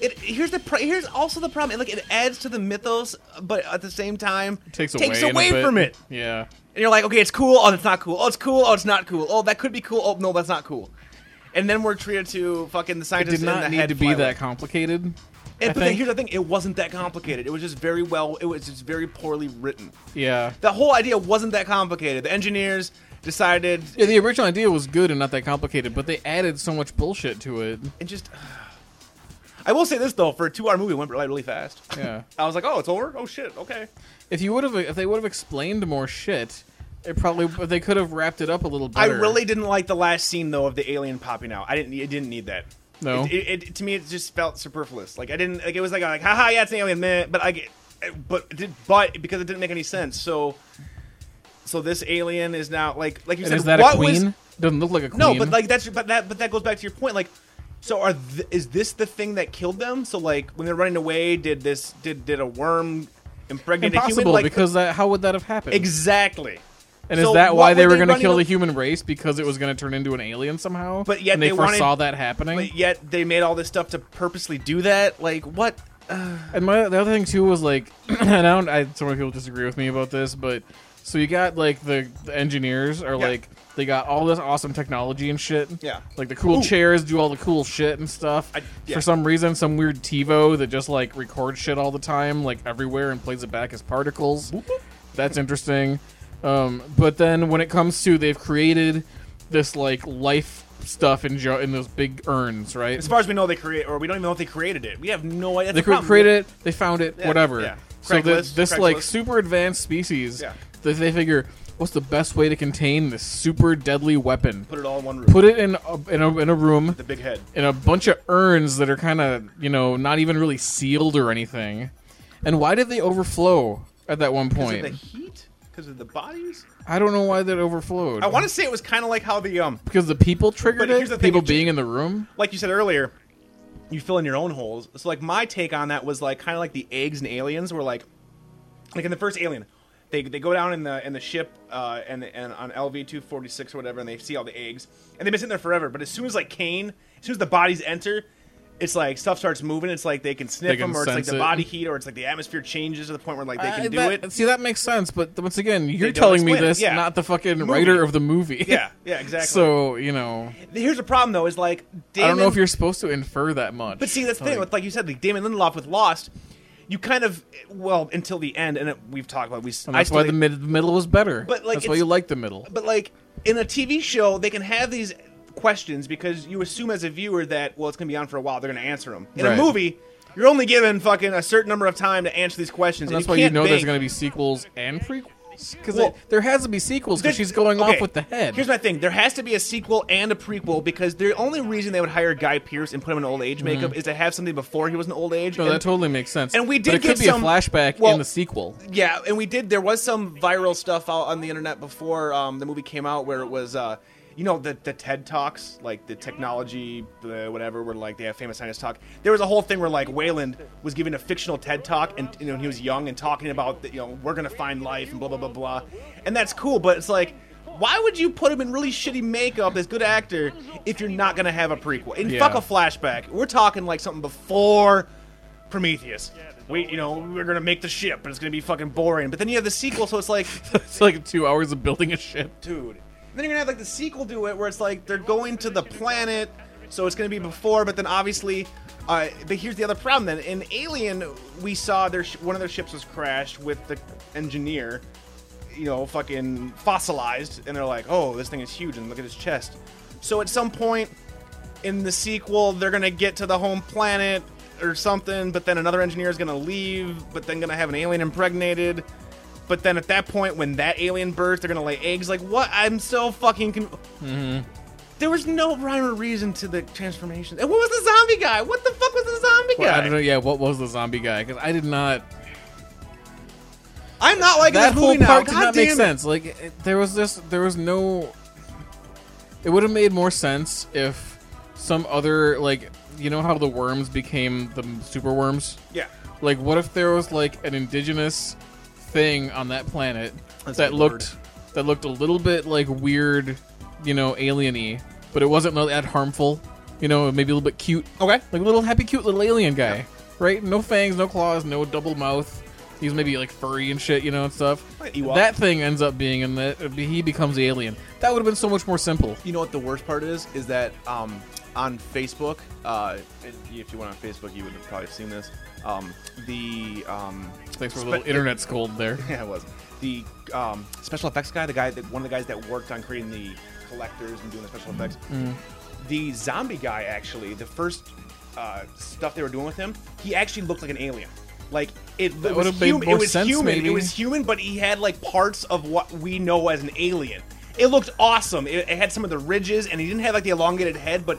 [SPEAKER 5] It here's the pro, here's also the problem. It, like it adds to the mythos, but at the same time
[SPEAKER 6] takes away,
[SPEAKER 5] takes
[SPEAKER 6] in a
[SPEAKER 5] away
[SPEAKER 6] bit.
[SPEAKER 5] from it.
[SPEAKER 6] Yeah.
[SPEAKER 5] And you're like, okay, it's cool. Oh, it's not cool. Oh, it's cool. Oh, it's not cool. Oh, that could be cool. Oh, no, that's not cool. And then we're treated to fucking the
[SPEAKER 6] It
[SPEAKER 5] scientists.
[SPEAKER 6] did
[SPEAKER 5] in the
[SPEAKER 6] not need
[SPEAKER 5] head
[SPEAKER 6] to be
[SPEAKER 5] flywheel.
[SPEAKER 6] that complicated.
[SPEAKER 5] And,
[SPEAKER 6] I
[SPEAKER 5] but then
[SPEAKER 6] think.
[SPEAKER 5] here's the thing: it wasn't that complicated. It was just very well. It was just very poorly written.
[SPEAKER 6] Yeah.
[SPEAKER 5] The whole idea wasn't that complicated. The engineers decided
[SPEAKER 6] Yeah, the original idea was good and not that complicated, but they added so much bullshit to it.
[SPEAKER 5] and just. I will say this though: for a two-hour movie, it went really, really fast.
[SPEAKER 6] Yeah.
[SPEAKER 5] I was like, "Oh, it's over. Oh shit. Okay."
[SPEAKER 6] If you would have, if they would have explained more shit, it probably but they could have wrapped it up a little better.
[SPEAKER 5] I really didn't like the last scene though of the alien popping out. I didn't. It didn't need that.
[SPEAKER 6] No.
[SPEAKER 5] It, it, it- to me, it just felt superfluous. Like I didn't. Like it was like I'm like, haha, yeah, it's an alien, man. But I, get- but it did, but because it didn't make any sense. So, so this alien is now like like you
[SPEAKER 6] And
[SPEAKER 5] said.
[SPEAKER 6] is that a
[SPEAKER 5] what was-
[SPEAKER 6] queen? Doesn't look like a queen.
[SPEAKER 5] no, but like that's but that but that goes back to your point. Like, so are th- is this the thing that killed them? So like when they're running away, did this did did a worm impregnate a human?
[SPEAKER 6] impossible
[SPEAKER 5] Like
[SPEAKER 6] because that, how would that have happened?
[SPEAKER 5] exactly.
[SPEAKER 6] and is
[SPEAKER 5] so
[SPEAKER 6] that
[SPEAKER 5] what
[SPEAKER 6] why they
[SPEAKER 5] were
[SPEAKER 6] were
[SPEAKER 5] they
[SPEAKER 6] going to
[SPEAKER 5] running
[SPEAKER 6] kill
[SPEAKER 5] a-
[SPEAKER 6] the human race because it was going to turn into an alien somehow?
[SPEAKER 5] But yet
[SPEAKER 6] and they,
[SPEAKER 5] they wanted-
[SPEAKER 6] foresaw that happening.
[SPEAKER 5] But yet they made all this stuff to purposely do that. Like what?
[SPEAKER 6] And my the other thing too was like, and I don't. I, so many people disagree with me about this, but so you got like the, the engineers are
[SPEAKER 5] Yeah.
[SPEAKER 6] like they got all this awesome technology and shit.
[SPEAKER 5] Yeah.
[SPEAKER 6] like the cool
[SPEAKER 5] Ooh.
[SPEAKER 6] chairs do all the cool shit and stuff.
[SPEAKER 5] I- yeah.
[SPEAKER 6] For some reason, some weird TiVo that just like records shit all the time, like everywhere, and plays it back as particles. That's interesting. Um, but then when it comes to they've created this like life stuff in jo- in those big urns, right?
[SPEAKER 5] As far as we know, they create, or we don't even know if they created it. We have no idea.
[SPEAKER 6] they
[SPEAKER 5] That's
[SPEAKER 6] cre-
[SPEAKER 5] the problem.
[SPEAKER 6] created it. They found it.
[SPEAKER 5] Yeah,
[SPEAKER 6] whatever.
[SPEAKER 5] yeah.
[SPEAKER 6] So the,
[SPEAKER 5] Craigslist,
[SPEAKER 6] this like
[SPEAKER 5] Craigslist.
[SPEAKER 6] super advanced species,
[SPEAKER 5] Yeah.
[SPEAKER 6] that they figure, what's the best way to contain this super deadly weapon?
[SPEAKER 5] Put it all in one room.
[SPEAKER 6] Put it in a, in a, in a room
[SPEAKER 5] the big head.
[SPEAKER 6] in a bunch of urns that are kind of you know not even really sealed or anything. And why did they overflow at that one
[SPEAKER 5] Because of the
[SPEAKER 6] point?
[SPEAKER 5] heat? Because of the bodies?
[SPEAKER 6] I don't know why that overflowed.
[SPEAKER 5] I want to say it was kind of like how the um,
[SPEAKER 6] because the people triggered
[SPEAKER 5] But
[SPEAKER 6] it.
[SPEAKER 5] here's the thing,
[SPEAKER 6] people
[SPEAKER 5] it ju-
[SPEAKER 6] being in the room.
[SPEAKER 5] like you said earlier, you fill in your own holes. So like my take on that was like kind of like the eggs and aliens were like, like in the first Alien, they, they go down in the in the ship uh, and and on LV two forty six or whatever, and they see all the eggs, and they've been sitting there forever. But as soon as like Kane, as soon as the bodies enter. It's like stuff starts moving. It's like they can sniff
[SPEAKER 6] They can
[SPEAKER 5] them, or it's like
[SPEAKER 6] sense
[SPEAKER 5] the
[SPEAKER 6] it.
[SPEAKER 5] body heat, or it's like the atmosphere changes to the point where like they can
[SPEAKER 6] Uh,
[SPEAKER 5] do
[SPEAKER 6] that-
[SPEAKER 5] it.
[SPEAKER 6] See, that makes sense, but once again, you're
[SPEAKER 5] don't
[SPEAKER 6] telling me
[SPEAKER 5] explain it,
[SPEAKER 6] this,
[SPEAKER 5] yeah.
[SPEAKER 6] not the fucking
[SPEAKER 5] Movie.
[SPEAKER 6] writer of the movie.
[SPEAKER 5] Yeah, yeah, exactly.
[SPEAKER 6] So you know,
[SPEAKER 5] Here's the problem though: is like Damon,
[SPEAKER 6] I don't know if you're supposed to infer that much.
[SPEAKER 5] But see, that's the thing. With, like you said, like Damon Lindelof with Lost, you kind of well until the end, and it, we've talked about we.
[SPEAKER 6] And
[SPEAKER 5] I
[SPEAKER 6] that's
[SPEAKER 5] still
[SPEAKER 6] why
[SPEAKER 5] think-
[SPEAKER 6] the, mid- the middle was better.
[SPEAKER 5] But, like,
[SPEAKER 6] that's why
[SPEAKER 5] it's-
[SPEAKER 6] you like the middle.
[SPEAKER 5] But like in a TV show, they can have these questions because you assume as a viewer that well, it's going to be on for a while. They're going to answer them. In
[SPEAKER 6] Right.
[SPEAKER 5] a movie, you're only given fucking a certain number of time to answer these questions.
[SPEAKER 6] And that's
[SPEAKER 5] and
[SPEAKER 6] why you
[SPEAKER 5] can't
[SPEAKER 6] know there's
[SPEAKER 5] bank-
[SPEAKER 6] going to be sequels and prequels because
[SPEAKER 5] Well,
[SPEAKER 6] there has to be sequels because
[SPEAKER 5] There-
[SPEAKER 6] she's going
[SPEAKER 5] okay,
[SPEAKER 6] off with the head.
[SPEAKER 5] Here's my thing: there has to be a sequel and a prequel because the only reason they would hire Guy Pierce and put him in old age makeup is to have something before he was an old age.
[SPEAKER 6] Mm-hmm. no,
[SPEAKER 5] and-
[SPEAKER 6] that totally makes sense.
[SPEAKER 5] and we
[SPEAKER 6] But
[SPEAKER 5] did
[SPEAKER 6] it could
[SPEAKER 5] get
[SPEAKER 6] be
[SPEAKER 5] some-
[SPEAKER 6] a flashback
[SPEAKER 5] well-
[SPEAKER 6] in the sequel.
[SPEAKER 5] Yeah, and we did. There was some viral stuff out on the internet before um, the movie came out, where it was, uh, you know, the the TED talks, like the technology, uh, whatever, where like they have famous scientists talk. There was a whole thing where like Wayland was giving a fictional TED talk, and you know, he was young and talking about, that, you know, we're gonna find life and blah blah blah blah, and that's cool, but it's like. Why would you put him in really shitty makeup as good actor if you're not gonna have a prequel? And
[SPEAKER 6] Yeah.
[SPEAKER 5] fuck a flashback. We're talking like something before Prometheus. Wait, you know, we're gonna make the ship, and it's gonna be fucking boring. But then you have the sequel, so it's like,
[SPEAKER 6] it's like two hours of building a ship.
[SPEAKER 5] dude. And then you're gonna have like the sequel do it, where it's like they're going to the planet, so it's gonna be before. But then obviously, uh, but here's the other problem. Then in Alien, we saw their sh- one of their ships was crashed with the engineer, you know, fucking fossilized, and they're like, oh, this thing is huge, and look at his chest. So at some point in the sequel, they're gonna get to the home planet or something, but then another engineer is gonna leave, but then gonna have an alien impregnated. But then at that point, when that alien births, they're gonna lay eggs. Like what? I'm so fucking. Con-
[SPEAKER 6] Mm-hmm.
[SPEAKER 5] There was no rhyme or reason to the transformation. And what was the zombie guy? What the fuck was the zombie
[SPEAKER 6] Well, I
[SPEAKER 5] guy?
[SPEAKER 6] don't know. Yeah, what was the zombie guy? Because I did not.
[SPEAKER 5] I'm not liking
[SPEAKER 6] that
[SPEAKER 5] this
[SPEAKER 6] whole
[SPEAKER 5] movie now.
[SPEAKER 6] part did
[SPEAKER 5] God
[SPEAKER 6] not make
[SPEAKER 5] damn it.
[SPEAKER 6] sense. Like it, there was this, there was no. It would have made more sense if some other like you know how the worms became the super worms.
[SPEAKER 5] Yeah.
[SPEAKER 6] Like, what if there was like an indigenous thing on that planet
[SPEAKER 5] That's a
[SPEAKER 6] that
[SPEAKER 5] good
[SPEAKER 6] looked that looked a little bit like weird, you know, alien-y, but it wasn't really that harmful. You know, maybe a little bit cute.
[SPEAKER 5] Okay.
[SPEAKER 6] Like a little happy, cute little alien guy, right? No fangs, no claws, no double mouth. He's maybe like furry and shit, you know, and stuff.
[SPEAKER 5] Like Ewok.
[SPEAKER 6] That thing ends up being in that he becomes the alien. That would have been so much more simple.
[SPEAKER 5] You know what the worst part is? Is that um, on Facebook, uh, if you went on Facebook, you would have probably seen this. Um, the um,
[SPEAKER 6] Thanks for a
[SPEAKER 5] spe-
[SPEAKER 6] little internet scold there.
[SPEAKER 5] Yeah, it was. The um, special effects guy, the guy that one of the guys that worked on creating the collectors and doing the special effects.
[SPEAKER 6] Mm-hmm.
[SPEAKER 5] The zombie guy, actually, the first uh, stuff they were doing with him, he actually looked like an alien. Like it, it was
[SPEAKER 6] would've made
[SPEAKER 5] human. It
[SPEAKER 6] more
[SPEAKER 5] was
[SPEAKER 6] sense,
[SPEAKER 5] human.
[SPEAKER 6] maybe.
[SPEAKER 5] It was human, but he had like parts of what we know as an alien. It looked awesome. It, it had some of the ridges, and he didn't have like the elongated head, but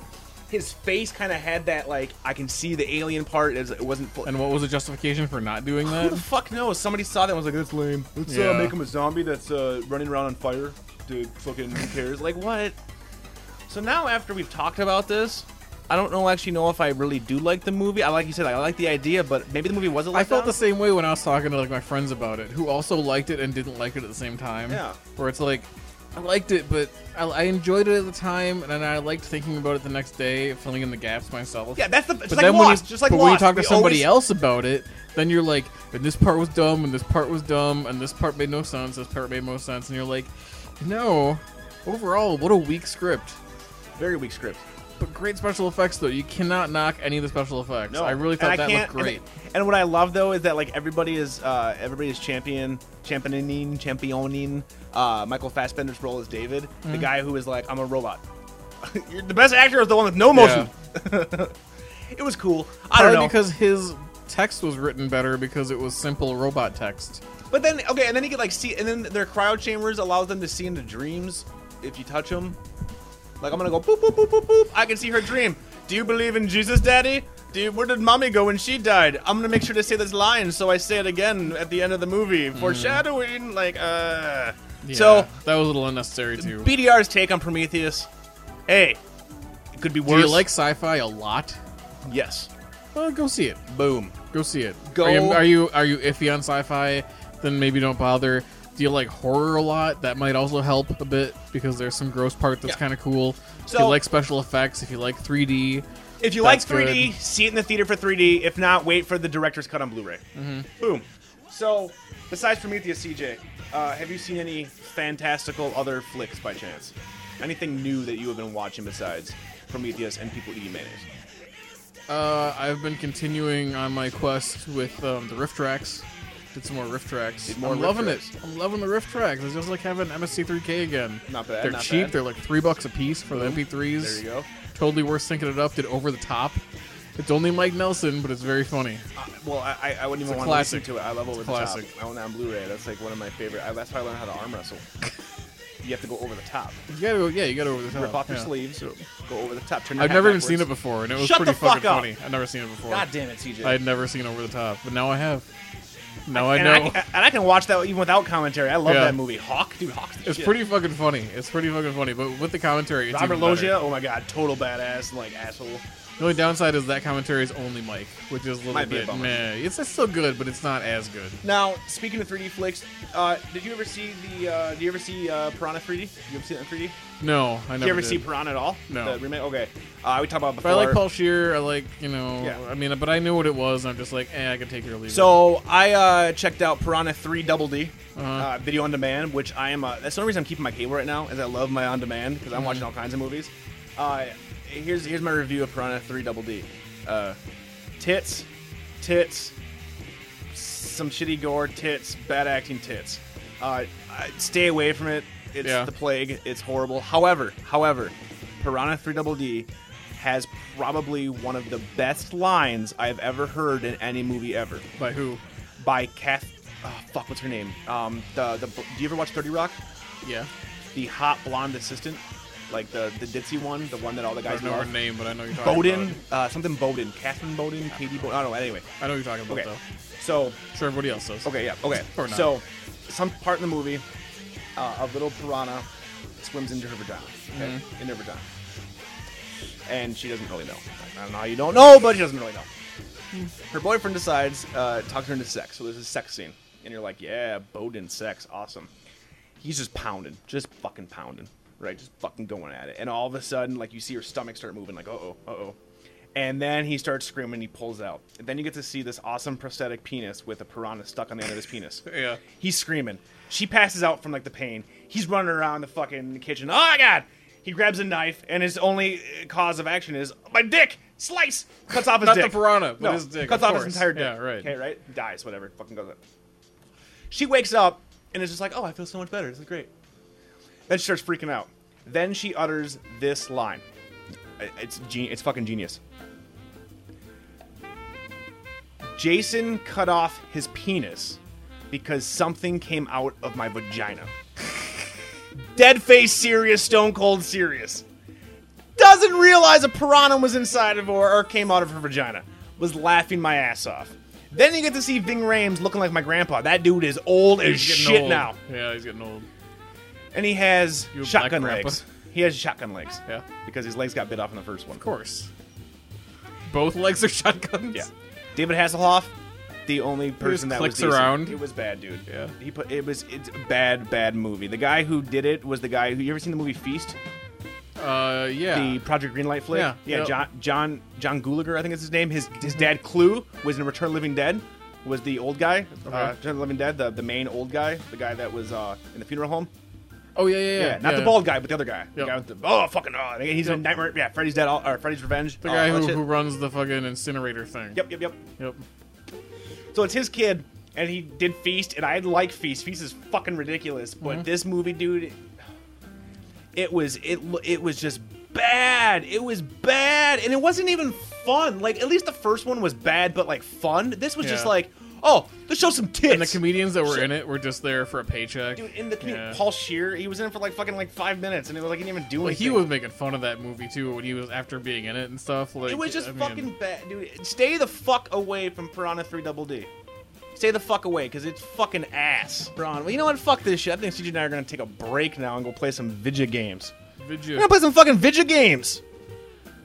[SPEAKER 5] his face kind of had that like I can see the alien part. It wasn't. full-
[SPEAKER 6] And what was the justification for not doing
[SPEAKER 5] who the
[SPEAKER 6] that?
[SPEAKER 5] fuck knows? Somebody saw that and was like, "That's lame. Let's
[SPEAKER 6] Yeah.
[SPEAKER 5] uh, make him a zombie that's uh, running around on fire." Dude, fucking who cares? Like what? So now after we've talked about this, I don't know actually know if I really do like the movie. I like you said, I like the idea, but maybe the movie was a
[SPEAKER 6] I felt
[SPEAKER 5] letdown?
[SPEAKER 6] the same way when I was talking to like my friends about it, who also liked it and didn't like it at the same time.
[SPEAKER 5] Yeah.
[SPEAKER 6] Where it's like, I liked it, but I, I enjoyed it at the time, and then I liked thinking about it the next day, filling in the gaps myself.
[SPEAKER 5] Yeah, that's the. It's
[SPEAKER 6] But
[SPEAKER 5] like
[SPEAKER 6] then
[SPEAKER 5] Lost,
[SPEAKER 6] when you,
[SPEAKER 5] just like
[SPEAKER 6] but
[SPEAKER 5] Lost.
[SPEAKER 6] when you talk to
[SPEAKER 5] we
[SPEAKER 6] somebody
[SPEAKER 5] always-
[SPEAKER 6] else about it, then you're like, and this part was dumb, and this part was dumb, and this part made no sense, this part made more sense, and you're like, no, overall, what a weak script.
[SPEAKER 5] very weak script.
[SPEAKER 6] But great special effects though. You cannot knock any of the special effects. I really
[SPEAKER 5] And
[SPEAKER 6] thought that
[SPEAKER 5] can't-
[SPEAKER 6] looked great.
[SPEAKER 5] And, and what I love though is that like everybody is uh, everybody is champion, championing, championing. Uh, Michael Fassbender's role is David,
[SPEAKER 6] Mm-hmm.
[SPEAKER 5] the guy who is like, I'm a robot. You're the best actor is the one with no motion. it was cool. I don't
[SPEAKER 6] Probably
[SPEAKER 5] know.
[SPEAKER 6] because his text was written better because it was simple robot text.
[SPEAKER 5] but then okay, and then you get like see, and then their cryo chambers allows them to see into dreams if you touch them. Like I'm gonna go boop boop boop boop boop. I can see her dream. Do you believe in Jesus, Daddy? Do you, where did mommy go when she died? I'm gonna make sure to say this line so I say it again at the end of the movie.
[SPEAKER 6] Mm.
[SPEAKER 5] Foreshadowing, like uh. So
[SPEAKER 6] Yeah, that was a little unnecessary too.
[SPEAKER 5] BDR's take on Prometheus. Hey, it could be
[SPEAKER 6] Do
[SPEAKER 5] worse.
[SPEAKER 6] you like sci-fi a lot?
[SPEAKER 5] Yes.
[SPEAKER 6] Well, go see it.
[SPEAKER 5] Boom.
[SPEAKER 6] Go see it.
[SPEAKER 5] Go-
[SPEAKER 6] Are you, are you are you iffy on sci-fi? Then maybe don't bother. Do you like horror a lot? That might also help a bit because there's some gross part that's
[SPEAKER 5] Yeah.
[SPEAKER 6] kind of cool. if you
[SPEAKER 5] So-
[SPEAKER 6] like special effects, if you like 3D,
[SPEAKER 5] If you
[SPEAKER 6] That's
[SPEAKER 5] like 3D,
[SPEAKER 6] good.
[SPEAKER 5] see it in the theater for 3D. If not, wait for the director's cut on Blu-ray.
[SPEAKER 6] Mm-hmm.
[SPEAKER 5] Boom. So, besides Prometheus, CJ, uh, have you seen any fantastical other flicks by chance? Anything new that you have been watching besides Prometheus and people eating mayonnaise?
[SPEAKER 6] uh, I've been continuing on my quest with um, the riff tracks. Did some more riff tracks.
[SPEAKER 5] Did more
[SPEAKER 6] I'm
[SPEAKER 5] riff
[SPEAKER 6] loving
[SPEAKER 5] tracks.
[SPEAKER 6] it. I'm loving the riff tracks. It's just like having MSC3K again.
[SPEAKER 5] Not bad,
[SPEAKER 6] They're
[SPEAKER 5] not
[SPEAKER 6] cheap.
[SPEAKER 5] bad. Mm-hmm.
[SPEAKER 6] They're like three bucks a piece for the MP3s.
[SPEAKER 5] There you go.
[SPEAKER 6] Totally worth syncing it up. Did over the top. It's only Mike Nelson, but it's very funny.
[SPEAKER 5] Uh, well, I, I- I wouldn't even
[SPEAKER 6] a
[SPEAKER 5] want to listen
[SPEAKER 6] classic.
[SPEAKER 5] to it. I love Over the
[SPEAKER 6] classic.
[SPEAKER 5] Top. I own that on Blu-ray. That's like one of my favorite. I, that's how I learned how to arm wrestle. you have to go over the top.
[SPEAKER 6] You gotta go. Yeah, you gotta go over the top.
[SPEAKER 5] Rip off your
[SPEAKER 6] Oh, yeah.
[SPEAKER 5] sleeves. Go over the top. Turn your
[SPEAKER 6] I've
[SPEAKER 5] hat
[SPEAKER 6] never even seen it
[SPEAKER 5] backwards.
[SPEAKER 6] before, and it was
[SPEAKER 5] Shut
[SPEAKER 6] pretty
[SPEAKER 5] the fuck
[SPEAKER 6] fucking
[SPEAKER 5] up.
[SPEAKER 6] funny. I've never seen it before.
[SPEAKER 5] God damn it, CJ.
[SPEAKER 6] I had never seen Over the Top, but now I have. Now Oh, I
[SPEAKER 5] and,
[SPEAKER 6] know.
[SPEAKER 5] I, and I can watch that even without commentary. I love
[SPEAKER 6] Yeah.
[SPEAKER 5] that movie. Hawk, dude, Hawk's the
[SPEAKER 6] it's
[SPEAKER 5] shit.
[SPEAKER 6] pretty fucking funny. It's pretty fucking funny, but with the commentary, it's
[SPEAKER 5] Robert
[SPEAKER 6] even better.
[SPEAKER 5] Loggia, oh my god, total badass, like asshole.
[SPEAKER 6] The only downside is that commentary is only Mike, which is a little
[SPEAKER 5] Might be a
[SPEAKER 6] bit
[SPEAKER 5] bummer.
[SPEAKER 6] meh. It's, it's still good, but it's not as good.
[SPEAKER 5] Now, speaking of 3D flicks, uh, did you ever see the? Uh, did you ever see uh, Piranha 3D? You ever see that in 3D? Did
[SPEAKER 6] No, I never.
[SPEAKER 5] you ever
[SPEAKER 6] did.
[SPEAKER 5] see Piranha at all?
[SPEAKER 6] No.
[SPEAKER 5] The remake. Okay. Uh, we talked about
[SPEAKER 6] But
[SPEAKER 5] before.
[SPEAKER 6] I like Paul Shear. I like you know.
[SPEAKER 5] Yeah.
[SPEAKER 6] I mean, but I knew what it was, and I'm just like, eh, I can take it or leave it.
[SPEAKER 5] So I uh, checked out Piranha 3 Double D uh
[SPEAKER 6] Uh-huh.
[SPEAKER 5] video on demand, which I am. Uh, that's the only reason I'm keeping my cable right now, is I love my on demand because I'm watching all kinds of movies. Uh, here's here's my review of Piranha 3 Double D. Uh, tits, tits, some shitty gore, tits, bad acting, tits. Uh, I- stay away from it. It's
[SPEAKER 6] Yeah.
[SPEAKER 5] the plague. It's horrible. However, however, Piranha 3 Double D has probably one of the best lines I've ever heard in any movie ever
[SPEAKER 6] By who?
[SPEAKER 5] by Kath. Oh, fuck, what's her name? Um, the the. Do you ever watch Thirty Rock?
[SPEAKER 6] Yeah.
[SPEAKER 5] The hot blonde assistant, like the the ditzy one, the one that all the
[SPEAKER 6] I
[SPEAKER 5] guys
[SPEAKER 6] don't know her
[SPEAKER 5] love.
[SPEAKER 6] name, but I know you're talking
[SPEAKER 5] Bowden,
[SPEAKER 6] about.
[SPEAKER 5] uh, something Bowden, Catherine Bowden, Katie Bowden. I don't know. Anyway,
[SPEAKER 6] I know you're talking about
[SPEAKER 5] okay.
[SPEAKER 6] though.
[SPEAKER 5] So
[SPEAKER 6] Sure, everybody else does.
[SPEAKER 5] Okay, yeah, okay.
[SPEAKER 6] Or not.
[SPEAKER 5] So, some part in the movie, uh, a little piranha swims into her vagina, okay?
[SPEAKER 6] Mm-hmm.
[SPEAKER 5] in her vagina, and she doesn't really know. I don't know how you don't know, but she doesn't really know. Her boyfriend decides uh, talks her into sex, so there's a sex scene, and you're like, yeah, Bowden sex, awesome. He's just pounding, just fucking pounding, right? Just fucking going at it, and all of a sudden, like you see her stomach start moving, like, uh oh, uh oh. And then he starts screaming. He pulls out. And then you get to see this awesome prosthetic penis with a piranha stuck on the end of his penis.
[SPEAKER 6] Yeah.
[SPEAKER 5] He's screaming. She passes out from like the pain. He's running around the fucking kitchen. Oh my god! He grabs a knife, and his only uh, cause of action is my dick. Slice. Cuts off his
[SPEAKER 6] Not the
[SPEAKER 5] dick.
[SPEAKER 6] piranha, but
[SPEAKER 5] no,
[SPEAKER 6] his dick,
[SPEAKER 5] Cuts
[SPEAKER 6] of
[SPEAKER 5] off
[SPEAKER 6] course.
[SPEAKER 5] his entire dick.
[SPEAKER 6] Yeah, right.
[SPEAKER 5] Okay, right. Dies. Whatever. Fucking goes up. She wakes up and is just like, oh, I feel so much better. This is great. Then she starts freaking out. Then she utters this line. I- It's gen- it's fucking genius. Jason cut off his penis because something came out of my vagina. Dead face serious, stone cold serious. Doesn't realize a piranha was inside of her or came out of her vagina. Was laughing my ass off. Then you get to see Ving Rhames looking like my grandpa. That dude is old as
[SPEAKER 6] He's getting
[SPEAKER 5] shit
[SPEAKER 6] old.
[SPEAKER 5] now
[SPEAKER 6] Yeah, he's getting old.
[SPEAKER 5] and he has
[SPEAKER 6] You a
[SPEAKER 5] shotgun
[SPEAKER 6] black grandpa.
[SPEAKER 5] legs. He has shotgun legs.
[SPEAKER 6] Yeah.
[SPEAKER 5] Because his legs got bit off in the first one.
[SPEAKER 6] Of course. Both legs are shotguns.
[SPEAKER 5] Yeah. David Hasselhoff, the only person that was
[SPEAKER 6] clicks around.
[SPEAKER 5] decent. It was bad, dude.
[SPEAKER 6] Yeah.
[SPEAKER 5] He put it was it's a bad bad movie. The guy who did it was the guy who you ever seen the movie Feast,
[SPEAKER 6] Uh, yeah.
[SPEAKER 5] the Project Greenlight flick.
[SPEAKER 6] Yeah,
[SPEAKER 5] Yeah.
[SPEAKER 6] yep. Mm-hmm.
[SPEAKER 5] John John John Gulager, I think is his name. His his dad Clue was in Return of the Living Dead. Was the old guy,
[SPEAKER 6] Uh-huh.
[SPEAKER 5] uh, Return of the Living Dead, the, the main old guy, the guy that was uh, in the funeral home.
[SPEAKER 6] oh yeah, yeah, yeah.
[SPEAKER 5] Yeah, not the bald guy, but the other guy. The
[SPEAKER 6] Yep.
[SPEAKER 5] guy with the oh fucking oh, he's in Nightmare. Yeah, Freddy's dead. All, or Freddy's Revenge.
[SPEAKER 6] The
[SPEAKER 5] all
[SPEAKER 6] guy
[SPEAKER 5] that
[SPEAKER 6] who,
[SPEAKER 5] shit.
[SPEAKER 6] who runs the fucking incinerator thing.
[SPEAKER 5] Oh, Yep, yep, yep.
[SPEAKER 6] Yep.
[SPEAKER 5] So it's his kid, and he did Feast, and I like Feast. Feast is fucking ridiculous, but
[SPEAKER 6] Mhm.
[SPEAKER 5] this movie, dude, it was it lo- it was just bad. It was bad, and it wasn't even fun. Like at least the first one was bad, but like fun. This was just
[SPEAKER 6] Yeah.
[SPEAKER 5] like, oh, let's show some tits.
[SPEAKER 6] And the comedians that were in it were just there for a paycheck.
[SPEAKER 5] Dude, in the commu-
[SPEAKER 6] Yeah.
[SPEAKER 5] Paul Shear, he was in it for like fucking like five minutes, and it was like he didn't even do
[SPEAKER 6] Well,
[SPEAKER 5] anything.
[SPEAKER 6] he was making fun of that movie too when he was after being in it and stuff. Like
[SPEAKER 5] It was just
[SPEAKER 6] I mean,
[SPEAKER 5] fucking bad, dude. Stay the fuck away from Piranha 3 Double D. Stay the fuck away, because it's fucking ass, Piranha. Well, you know what? Fuck this shit. I think CJ and I are going to take a break now and go play some Vidya games.
[SPEAKER 6] video-
[SPEAKER 5] We're going to play some fucking Vidya games.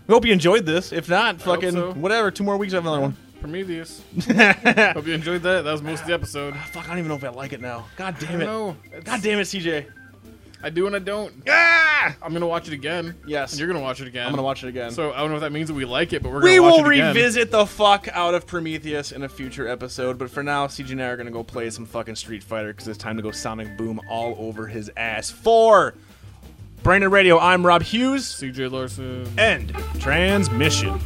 [SPEAKER 5] We hope you enjoyed this. If not,
[SPEAKER 6] hope
[SPEAKER 5] fucking
[SPEAKER 6] so.
[SPEAKER 5] whatever. Two more weeks, I have another one.
[SPEAKER 6] Prometheus. Hope you enjoyed that. That was most of the episode.
[SPEAKER 5] Fuck, I don't even know if I like it now. God damn it.
[SPEAKER 6] No,
[SPEAKER 5] God damn it, CJ.
[SPEAKER 6] I do and I don't.
[SPEAKER 5] Ah!
[SPEAKER 6] I'm gonna watch it again.
[SPEAKER 5] Yes.
[SPEAKER 6] And you're gonna watch it again.
[SPEAKER 5] I'm going to watch it again.
[SPEAKER 6] So I don't know if that means that we like it, but we're
[SPEAKER 5] we
[SPEAKER 6] gonna
[SPEAKER 5] will
[SPEAKER 6] watch it again.
[SPEAKER 5] revisit the fuck out of Prometheus in a future episode, but for now, CJ and I are gonna go play some fucking Street Fighter because it's time to go Sonic Boom all over his ass. For Brandon Radio, I'm Rob Hughes.
[SPEAKER 6] CJ Larson.
[SPEAKER 5] End transmission.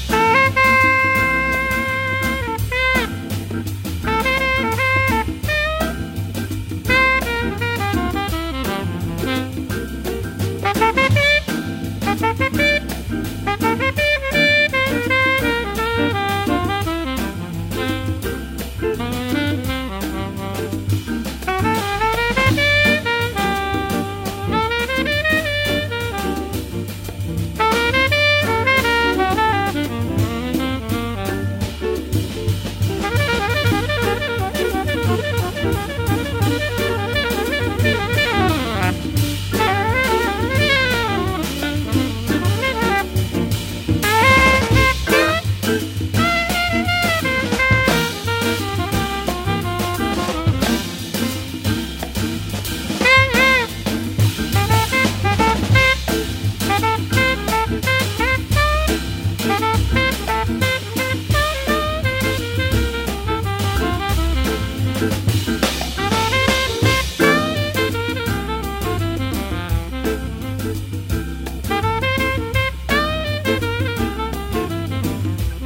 [SPEAKER 8] Thank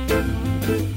[SPEAKER 8] Bye.